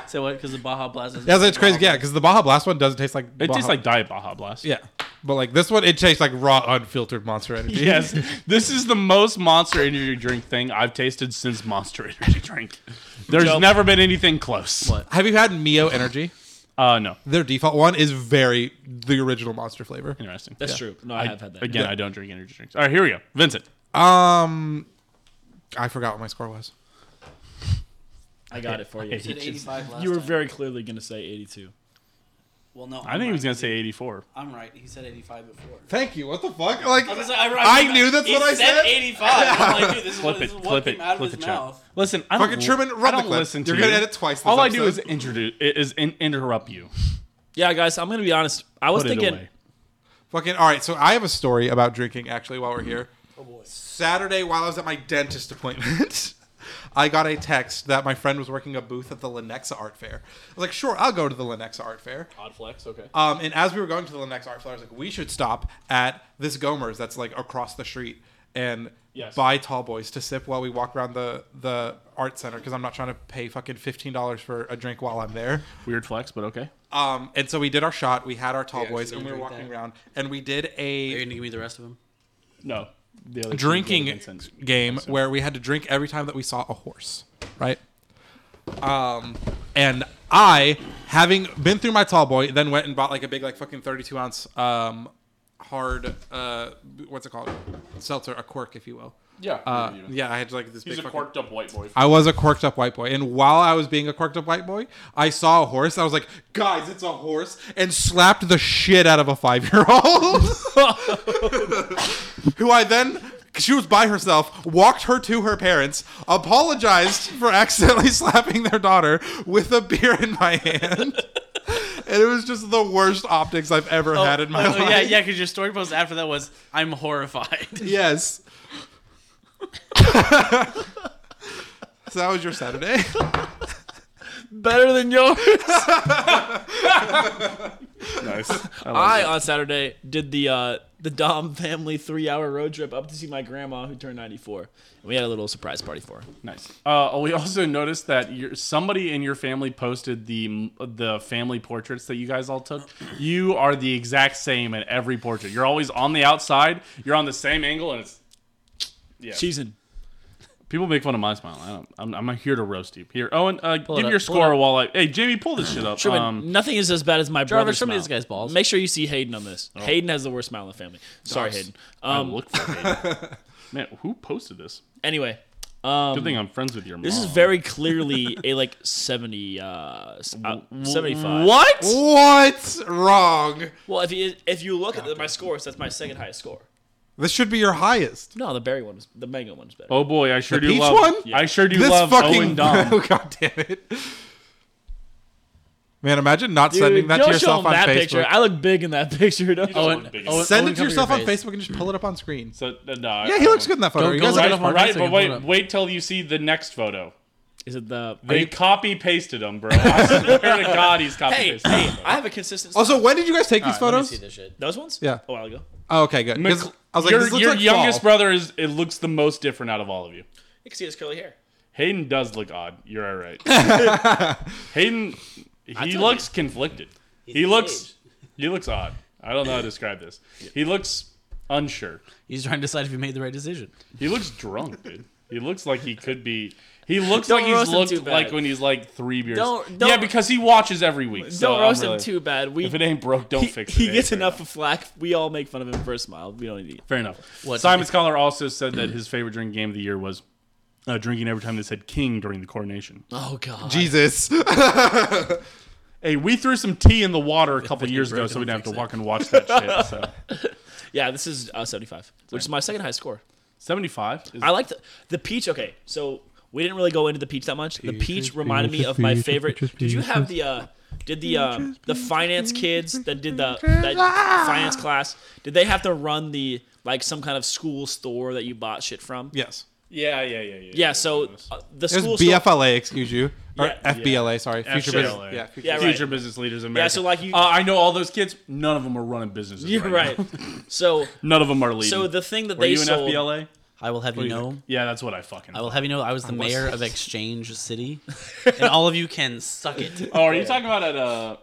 So what? Because the Baja Blast. is-
That's it's crazy, yeah, because the Baja Blast one doesn't taste like.
It
Baja-
tastes like Diet Baja Blast.
yeah, but like this one, it tastes like raw, unfiltered Monster Energy.
Yes, this is the most monster energy drink thing I've tasted since monster energy drink. There's
Joe.
never been anything close.
What?
Have you had Mio Energy?
Uh, no.
Their default one is very the original Monster flavor.
Interesting.
That's true. No, I, have had that.
Again, I don't drink energy drinks. All right, here we go. Vincent.
Um, I forgot what my score was.
I got it for you.
It's an
85 last
You were
time.
very clearly going to say 82.
Well, no,
I think he was going to say 84.
I'm right. He said 85 before.
Thank you. What the fuck? Like,
I,
I knew that's what I said.
85. I'm like, dude, this is
Clip
what,
it,
this is what
clip
came
it,
out
clip
of
it,
his
Joe.
mouth.
Listen, I
Fucking
don't,
Truman, run
I
the
don't
clip.
listen to
You're
you.
gonna edit twice this
All I do is
episode.
introduce, is in, interrupt you.
Yeah, guys, I'm going to be honest. I was
Put it
thinking
away.
Fucking all right. So I have a story about drinking actually while we're here. Oh boy. Saturday while I was at my dentist appointment, I got a text that my friend was working a booth at the Lenexa Art Fair. I was like, sure, I'll go to the Lenexa Art Fair.
Odd flex, okay.
Um, and as we were going to the Lenexa Art Fair, I was like, we should stop at this Gomer's that's like across the street and
Yes.
buy tall boys to sip while we walk around the the art center because I'm not trying to pay fucking fifteen dollars for a drink while I'm there.
Weird flex, but okay.
Um, and so we did our shot. We had our tall boys,
actually
and we were
drink
walking
that.
around, and we did
Are
a
you going to give me the rest of them?
No. The other
drinking
Vincent.
game where we had to drink every time that we saw a horse, right? Um, and I, having been through my tall boy, then went and bought like a big, like fucking thirty-two ounce, um, hard, uh, what's it called, seltzer, a cork, if you will.
Yeah.
Uh, yeah, I had like this.
He's
big
a
fucking-
corked up white boy.
I was a corked up white boy, and while I was being a corked up white boy, I saw a horse. I was like, "Guys, it's a horse!" and slapped the shit out of a five year old, who I then she was by herself, walked her to her parents, apologized for accidentally slapping their daughter with a beer in my hand. and it was just the worst optics I've ever had in my
oh,
life.
Yeah, yeah, because your story post after that was, I'm horrified.
Yes. so that was your Saturday.
Better than yours.
Nice. I like
I on Saturday did the uh, the Dom family three hour road trip up to see my grandma who turned ninety four. And we had a little surprise party for her.
Nice. Uh, we also noticed that your, somebody in your family posted the the family portraits that you guys all took. You are the exact same in every portrait. You're always on the outside. You're on the same angle, and it's
Cheesing.
people make fun of my smile. I don't, I'm, I'm not here to roast you. Here, Owen, uh,
it
give
up,
your
pull it
score while I. Hey, Jamie, pull this shit up.
Truman,
Um,
nothing is as bad as my brother's
Jarvis, show me
smile.
this guy's balls.
Make sure you see Hayden on this. Hayden has the worst smile in the family. Sorry, Hayden.
I'll
Um,
look for it. Man, who posted this?
anyway,
Good thing I'm friends with your mom.
this is very clearly a like 70, uh, s- uh, 75.
What?
What's wrong?
Well, if you if you look at the, my scores, that's my second highest score.
This should be your highest.
No, the berry one is the mango one's better.
Oh boy, I sure
The
do
peach
love.
one?
I sure do
this
love Owen
fucking
Dom.
Oh god damn it. Man, imagine not sending that to
don't show
yourself
him
on
that
Facebook.
picture. I look big in that picture. Don't you?
Owen,
biggest-
Owen,
Send
Owen,
it to
cover your
yourself on
face.
Facebook and just pull it up on screen.
So uh, no,
Yeah, he looks good in that photo.
Don't
you
go
guys
look
are
it up on
Right,
Instagram,
but
hold
wait,
up.
wait till you see the next photo.
Is it the?
They copy pasted him, bro. I swear to God, he's copy
hey, hey,
pasted.
I have a consistent.
Also, when did you guys take these
Let me
photos?
see this shit.
those ones?
Yeah.
a while ago.
Oh, okay, good. 'Cause
Mc-
I was like,
your
this looks
your
like
youngest
fall.
brother is. It looks the most different out of all of you.
You can see his curly hair.
Hayden does look odd. You're all right. Hayden, he
told
looks conflicted. he
the
looks, he looks odd. I don't know how to describe this. He looks unsure.
He's trying to decide if he made the right decision.
He looks drunk, dude. He looks like he could be. He looks
Don't
like he's
roast him
looked
too bad.
like when he's like three beers.
Don't- don't-
yeah, because he watches every week. So
don't
I'm
roast him
really-
too bad. We
If it ain't broke, don't
he,
fix it.
he
eh?
gets
Fair
enough
enough.
of flack. We all make fun of him for a smile. We don't need.
Fair enough.
What-
Simon Scholar also said that his favorite drinking game of the year was uh, drinking every time they said king during the coronation.
Oh God.
Jesus.
Hey, we threw some tea in the water a couple years ago,
broke,
so we
don't
didn't have to
fix it.
walk and watch that shit. So
Yeah, this is uh, 75, which is my second high score.
75. Is,
I like the the peach. Okay, so we didn't really go into the peach that much. The peach reminded me of my favorite. Did you have the uh did the uh the finance kids that did the that
Ah!
finance class? Did they have to run the like some kind of school store that you bought shit from?
yes.
yeah, yeah, yeah, yeah.
Yeah. So uh, the
It
school
was
store.
BFLA, excuse you. Or
Yeah.
FBLA, sorry. Future
FBLA.
business. Yeah, future
Yeah, right.
Future business leaders in America.
so like you-
uh, I know all those kids. None of them are running businesses.
You're
right.
right.
now.
So
None of them are leading.
so the thing that
Were
they
you in
sold.
FBLA?
I will have you know.
Yeah, that's what I fucking.
I will have you know I was the mayor of Exchange City, and all of you can suck it. You
Oh, are you talking about at uh?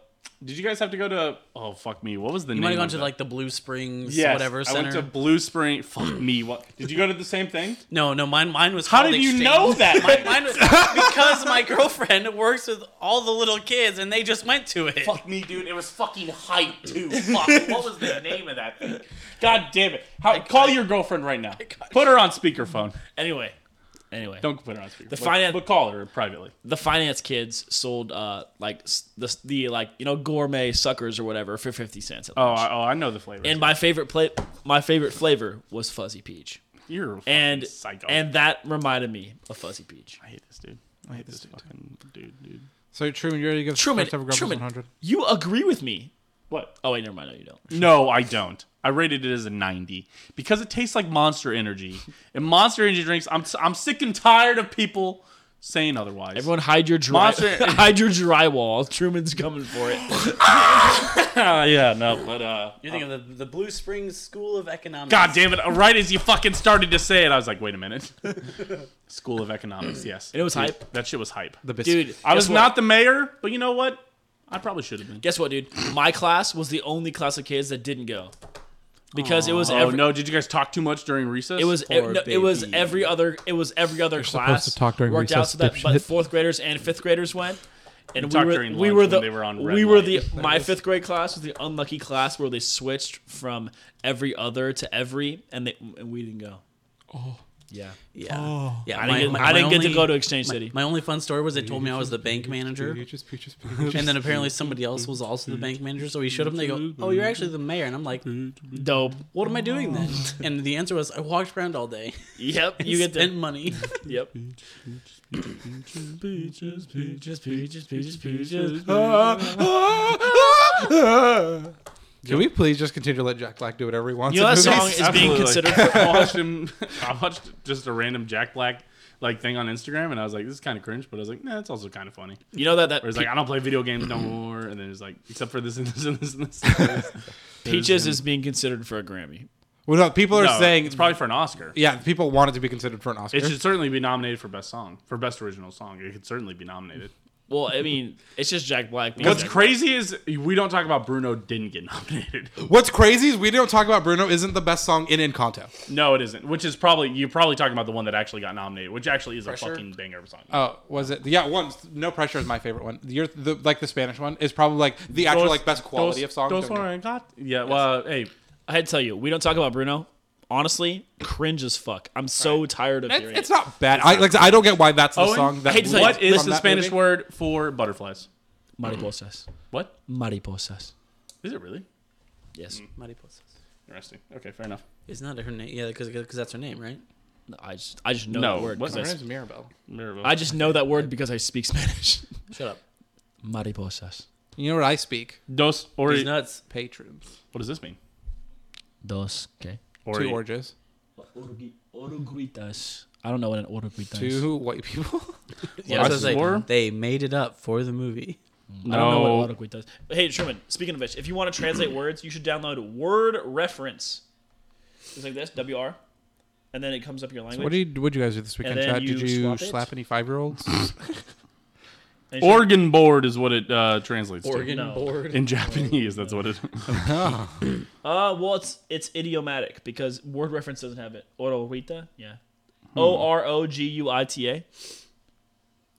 Did you guys have to go to? Oh fuck me! What was the name?
might have gone
of
to
that?
like the Blue Springs
Yes,
whatever
I went
center.
to Blue Spring. Fuck me! What did you go to the same thing?
No, no, mine mine was.
How
called
did you
Exchange.
know that?
Mine, mine was because my girlfriend works with all the little kids, and they just went to it.
Fuck me, dude! It was fucking hype too. Fuck! What was the name of that thing? God damn it! How, call your girlfriend right now. Put her on speakerphone.
Anyway. Anyway.
Don't put her on speakerphone. The
finan-
But call her privately.
the finance kids sold uh like s- the the like you know gourmet suckers or whatever for 50 cents.
Oh, I, oh, I know the flavor.
And my favorite play, my favorate flavor was fuzzy peach,
you're a fucking
and
psycho.
and that reminded me of fuzzy peach.
I hate this dude. I hate this fucking dude, dude.
So Truman, you already give us the
Truman,
first ever Grubbers
Truman,
100.
you agree with me?
What?
Oh wait, never mind. No, you don't.
No, I don't. I rated it as a 90 because it tastes like Monster Energy. And Monster Energy drinks, I'm, I'm sick and tired of people saying otherwise.
Everyone, hide your dry,
Monster-
hide your drywall. Truman's coming for it.
yeah, no, but uh,
You're thinking of the, the Blue Springs School of Economics.
God damn it! Right as you fucking started to say it, I was like, wait a minute. School of Economics, yes.
It was hype.
That shit was hype.
The biscuit.
dude.
I was
guess what?
not the mayor, but you know what? I probably should have been.
Guess what, dude? My class was the only class of kids that didn't go because it was
Oh
every,
no! Did you guys talk too much during recess?
It was e-
Poor
no, it was
baby.
every other it was every other class
supposed to talk during
worked out
recess,
so that but
dipshit.
fourth graders and fifth graders went. And we
talked
were,
during
we
lunch
were
when
the
they were on red
we were
light.
the my fifth grade class was the unlucky class where they switched from every other to every and they and we didn't go. Oh yeah,
Yeah, yeah.
I didn't, get, I didn't get to go to Exchange City.
My only fun story was they told me I was the bank manager,
Peaches, peaches,
and then apparently somebody else was also the bank manager. So we showed up, and they go, "Oh, you're actually the mayor," and I'm like,
Dope.
"What am I doing then?" And the answer was, "I walked around all day.
Yep, you get
spent
the
money."
yep.
Ah, ah, Can we please just continue to let Jack Black do whatever he wants?
You know
in
that song
movies?
is being considered for
I watched him. I watched just a random Jack Black like thing on Instagram, and I was like, "This is kind of cringe," but I was like, "Nah, it's also kind of funny."
You know that that
Where it's like, "I don't play video games no more," and then it's like, "Except for this and this and this and this." And this.
Peaches is being considered for a Grammy.
Well, no, people are
No,
saying
it's probably for an Oscar.
yeah, people want it to be considered for an Oscar.
It should certainly be nominated for best song, for best original song. It could certainly be nominated.
Well, I mean, it's just Jack Black. being
What's
Jack
crazy is we don't talk about Bruno didn't get nominated.
What's crazy is we don't talk about Bruno isn't the best song in Encanto.
No, it isn't. Which is probably you're probably talking about the one that actually got nominated, which actually is
Pressure?
a fucking banger of a song.
Oh, was it? Yeah, one. No pressure is my favorite one. Your the like the Spanish one is probably like the actual like best quality of song.
Dos
Don't know.
Orangat- Yeah. Well, hey,
I had to tell you, we don't talk about Bruno. Honestly, cringe as fuck. I'm so tired of hearing
It's, it's
it.
not bad. I like I don't get why that's the
Owen,
song. That
I hate to tell
what
you,
is
from
the
that
Spanish
movie?
word for butterflies?
Mariposas.
What
Mariposas.
is it really?
Yes,
Mm.
Mariposas.
Interesting. Okay, fair enough.
It's not her name. Yeah, because that's her name, right?
No, I just I just know
No,
that word.
what-
'cause
Her
I,
name's
s-
Mirabelle.
Mirabelle.
I just know that word because I speak Spanish.
Shut up.
Mariposas.
You know what I speak?
Dos ori.
He's nuts.
Patrons.
what does this mean?
Dos. Okay.
Ori.
Two oranges.
Oruguitas. I don't know what an oruguita is.
Two white people.
Yeah, I
I
was like,
swore-
they made it up for the movie.
I don't know
No.
what oruguita is.
hey, Sherman. Speaking of which, if you want to translate words, you should download Word Reference. It's like this, WR, and then it comes up your language.
what did you, what you guys do this weekend,
And then
Chad? Did
you
you
swap it?
slap any five year olds?
And you should-
Organ board is what it uh, translates
Organ No.
to in Japanese. That's what it.
Uh, well, it's it's idiomatic because word reference doesn't have it. Oruguita, yeah.
Hmm.
O R O G U I T A.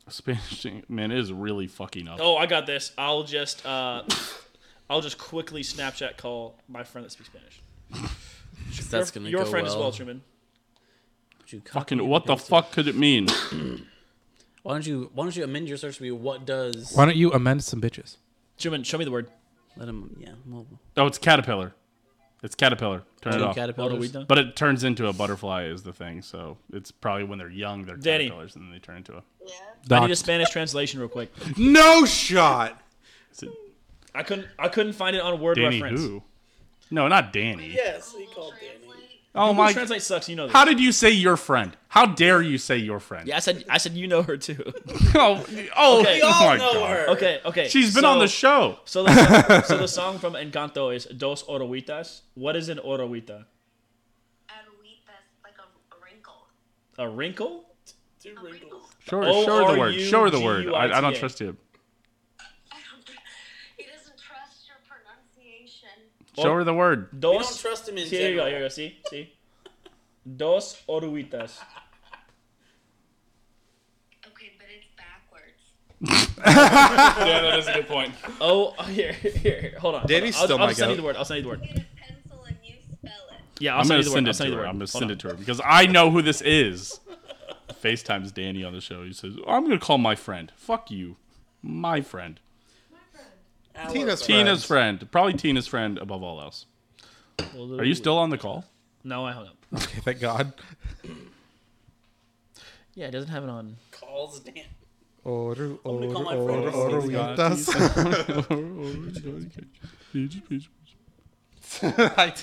Spanish man it is really fucking up.
Oh, I got this. I'll just uh, I'll just quickly Snapchat call my friend that speaks Spanish.
'Cause That's
your
gonna
your
go
friend
well.
as well, Truman.
Would you copy
Fucking
and
what the
paste it?
fuck could it mean?
Why don't you Why don't you amend your search to be what does?
Why don't you amend some bitches?
Truman, show me the word.
Let him. Yeah. Well,
Oh, it's caterpillar. It's caterpillar. Turn it
two
off.
caterpillars.
Oruguita.
But it turns into a butterfly is the thing. So it's probably when they're young, they're
Danny.
caterpillars, and then they turn into a. Uh,
I need a Spanish translation real quick.
No shot.
Is it
I couldn't I couldn't find it on word
Danny
reference.
who? No, not Danny.
Yes, he called
Oh
Google
my!
Translate sucks. You know this.
How did you say your friend? How dare you say your friend?
yeah, I said I said you know her too.
Oh, oh,
Okay. We
oh
all
my God.
okay, okay.
She's been
so-
on the show.
So the song, so the song from Encanto is Dos Oruguitas. What is an oruguita?
like a, a wrinkle.
A wrinkle?
A wrinkle.
Show her, show her the word. Show her the word.
O R U G U I T A.
I, I don't trust you.
I don't. He doesn't trust your pronunciation.
Show her the word.
Dos.
trust him in
see, here you go. Here you go. See, see. Dos oruguitas.
Okay, but it's backwards.
Yeah, that is a good point.
Oh, oh, here, here, here. Hold on.
Danny's
hold on.
still
I'll,
my
I'll send you
goat.
the word. I'll send you the word.
Get a pencil and you spell it.
Yeah, I'll
I'm
send
gonna
you the
send
word.
it
I'll
to
send you the
her.
word.
I'm gonna
Hold
send
on.
it to her because I know who this is. FaceTimes Danny on the show. He says, "Oh, "I'm gonna call my friend. Fuck you, my friend."
Tina's
Tina's friend, probably Tina's friend above all else. Are you still on the call?
No, I hung up.
Okay, thank God.
Yeah, it doesn't have it on.
Calls Dan.
Oru, oru,
call my
oru,
friends.
oruguitas.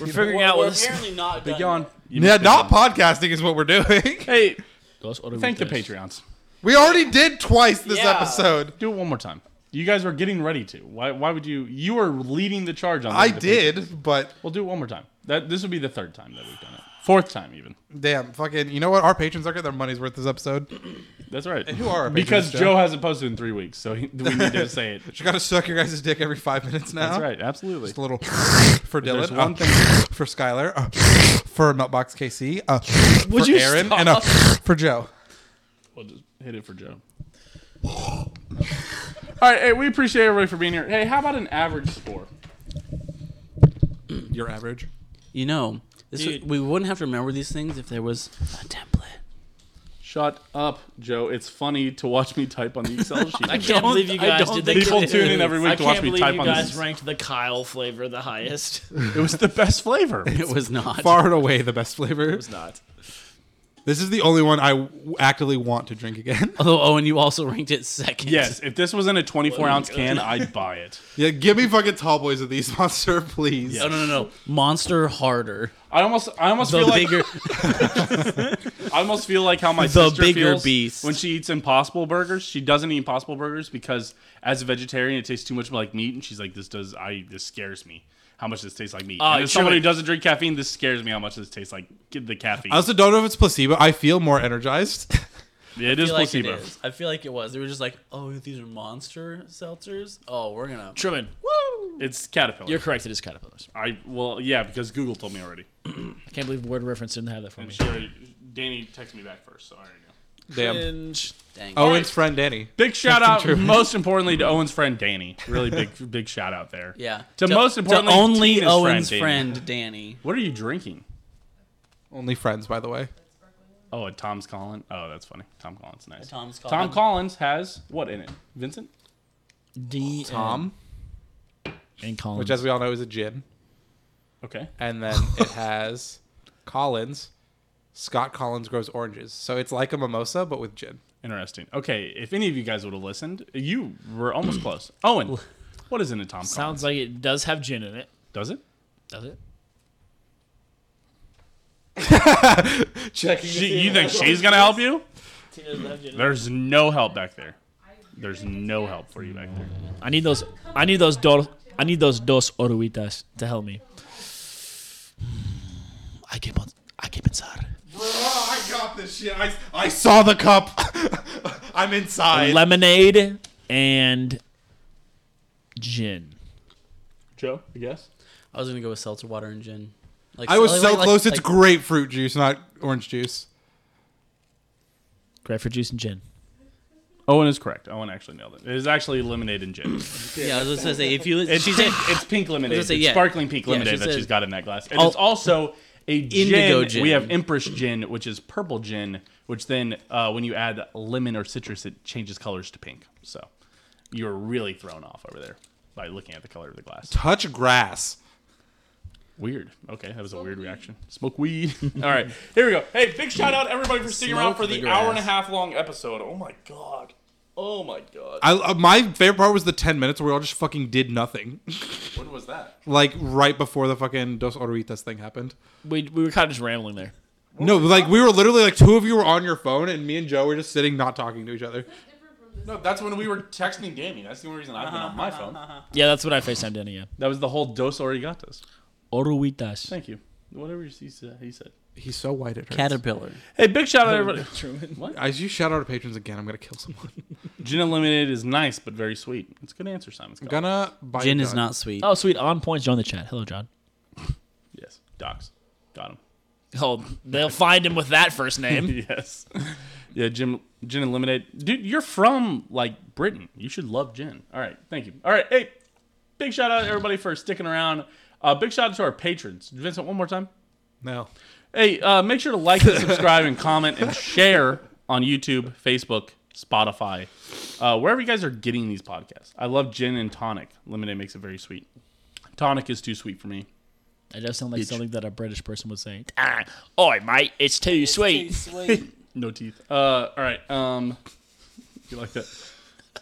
We're figuring out what this.
apparently not.
Big yawn.
Yeah, not podcasting is what we're doing.
Hey,
Dos oruguitas.
thank the Patreons.
We already did twice this
Yeah.
episode.
Do it one more time. You guys were getting ready to. Why? Why would you? You were leading the charge on.
I
the Patreon.
did, but
We'll do it one more time. That this would be the third time that we've done it. Fourth time even.
damn, fucking, you know what? Our patrons are getting their money's worth this episode.
That's right.
who are our
because
patrons,
Joe?
Joe?
hasn't posted in three weeks, so he, we need to say it.
You gotta suck your guys' dick every five minutes now.
That's right. Absolutely.
Just a little for
There's
Dylan,
one
uh,
thing-
for Skylar, uh, for Nutbox KC, uh,
Would
for
you
Aaron,
stop?
and uh, for Joe.
We'll just hit it for Joe. All right, hey, we appreciate everybody for being here. Hey, how about an average score?
Your average.
You know, this
Dude.
we wouldn't have to remember these things if there was a template.
Shut up, Joe. It's funny to watch me type on the Excel sheet.
I can't believe you guys did the
People tune in every
I
week to
can't
watch me
believe
type
you
on
guys
this.
ranked the Kyle flavor the highest.
It was the best flavor.
It was not.
Far and away the best flavor.
it's not.
This is the only one I w- actively want to drink again.
Although Owen, Oh, you also ranked it second.
Yes, if this was in a 24 ounce can, I'd buy it.
yeah, give me fucking tall boys of these monster, please.
No, no, no, no. Monster harder.
I almost, I almost
The
feel like
bigger.
I almost feel like how my
The
sister
bigger
feels
beast.
when she eats Impossible Burgers. She doesn't eat Impossible Burgers because as a vegetarian, it tastes too much like meat, and she's like, "This does I this scares me." How much this tastes like meat.
Oh,
and as
sure.
someone who doesn't drink caffeine, this scares me. How much this tastes like the caffeine.
I also don't know if it's placebo. I feel more energized.
it
I
is
feel like
placebo.
it is. I feel like it was. They were just like, oh, these are monster seltzers. Oh, we're gonna.
Truman,
It's caterpillar.
you're correct. It is caterpillars.
I well, yeah, because Google told me already.
I can't believe Word Reference didn't have that for
I'm
me.
sure Danny texted me back first, so I already know.
Damn.
Cringe.
Dang.
Oh.
Owen's friend Danny.
Big shout out,
True.
most importantly, to Owen's friend Danny. Really big, big shout out there.
yeah.
To most importantly,
to only
Tina's friend,
Owen's
Danny.
friend, Danny.
What are you drinking?
Only friends, by the way.
Oh, a Tom's Collins. Oh, that's funny. Tom Collins, nice.
Tom's
Tom
Collins.
Collins has what in it? Vincent.
D
Tom,
and, and Colin.
which as we all know is a gin,
Okay.
and then it has Collins. Scott Collins grows oranges, so it's like a mimosa but with gin.
Interesting. Okay, if any of you guys would have listened, you were almost close. Owen, what is in a Tom Collins?
Sounds like it does have gin in it.
Does it?
Does it?
Checking.
She, you think she's gonna help you?
Tina doesn't have gin in it.
There's no help back there. There's no help for you back there.
I need those. I need those dos. I need those dos oruitas to help me. I keep on. I keep pensar.
Oh, I got this shit. I, I saw the cup. I'm inside.
Lemonade and gin.
Joe, I guess.
I was gonna go with seltzer water and gin. Like,
I was
like-
so
like-
close. it's
like-
grapefruit juice, not orange juice.
Grapefruit juice and gin.
Owen is correct. Owen actually nailed it. It is actually lemonade and gin.
Yeah, I was gonna say if you.
It's
she's
pink, it's pink lemonade.
gonna say,
it's
yeah.
sparkling pink
Yeah,
lemonade
she
that
said-
she's got in that glass. And
Al-
it's also a gin.
Indigo gin.
We have Empress gin, which is purple gin, which then uh, when you add lemon or citrus, it changes colors to pink. So you're really thrown off over there by looking at the color of the glass.
Touch grass.
Weird. Okay, that was a weird reaction. Smoke weed. All right, here we go. Hey, big shout out everybody for sticking around
Smoke
for
the
the hour and a
grass.
half long episode. Oh my god. Oh my god.
I uh, my favorite part was the ten minutes where we all just fucking did nothing,
When was that?
like right before the fucking Dos Oruitas thing happened.
We, we were kind of just rambling there.
no, like we were literally like two of you were on your phone, and me and Joe were just sitting, not talking to each other.
No, that's when we were texting Danny. That's the only reason I've been on my phone.
Yeah, that's what I FaceTimed in. Yeah.
That was the whole dos origatas.
Oruitas.
Thank you. Whatever he said. He said.
He's so white. It hurts.
Caterpillar.
Hey, big shout out everybody.
As you shout out to patrons again, I'm gonna kill someone.
Gin Eliminated is nice, but very sweet. It's a good answer, Simon Scott.
gonna buy a
Gin is
gun.
not sweet.
Oh, sweet. On points. Join the chat. Hello, John.
Yes. Docs. Got him.
Oh, they'll find him with that first name.
yes. Yeah, Jim, Gin and Lemonade. Dude, you're from like Britain. You should love gin. All right, thank you. All right, hey, big shout out to everybody for sticking around. Uh, big shout out to our patrons. Vincent, one more time.
No.
Hey, uh, make sure to like and subscribe and comment and share on YouTube, Facebook, Spotify, uh, wherever you guys are getting these podcasts. I love gin and tonic. Lemonade makes it very sweet. Tonic is too sweet for me.
That does sound like something that a British person would say. Ah, oi, mate, it's too sweet.
No teeth. Uh, all right. Um, you like that?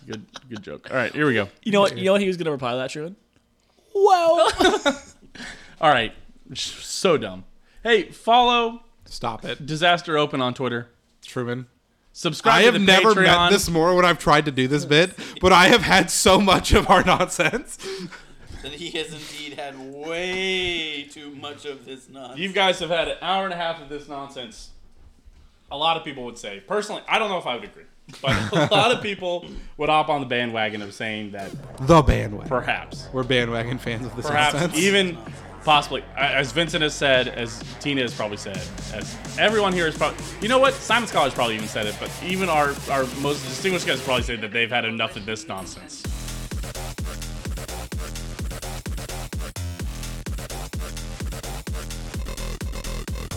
Good, good joke. All right, here we go.
You know what? You know what he was gonna reply to that, Truman?
All right. So dumb. Hey, follow
Stop it,
Disaster Open on Twitter.
Truman.
Subscribe
I
to
have
the
never
Patreon.
met this more when I've tried to do this bit, but I have had so much of our nonsense.
Then he has indeed had way too much of this nonsense.
You guys have had an hour and a half of this nonsense. A lot of people would say. Personally, I don't know if I would agree, but a lot of people would hop on the bandwagon of saying that
The bandwagon.
perhaps,
We're bandwagon fans of this
perhaps
nonsense.
even possibly, as Vincent has said, as Tina has probably said, as everyone here has probably, you know what, Simon Scholar's probably even said it, but even our our most distinguished guys probably said that they've had enough of this nonsense.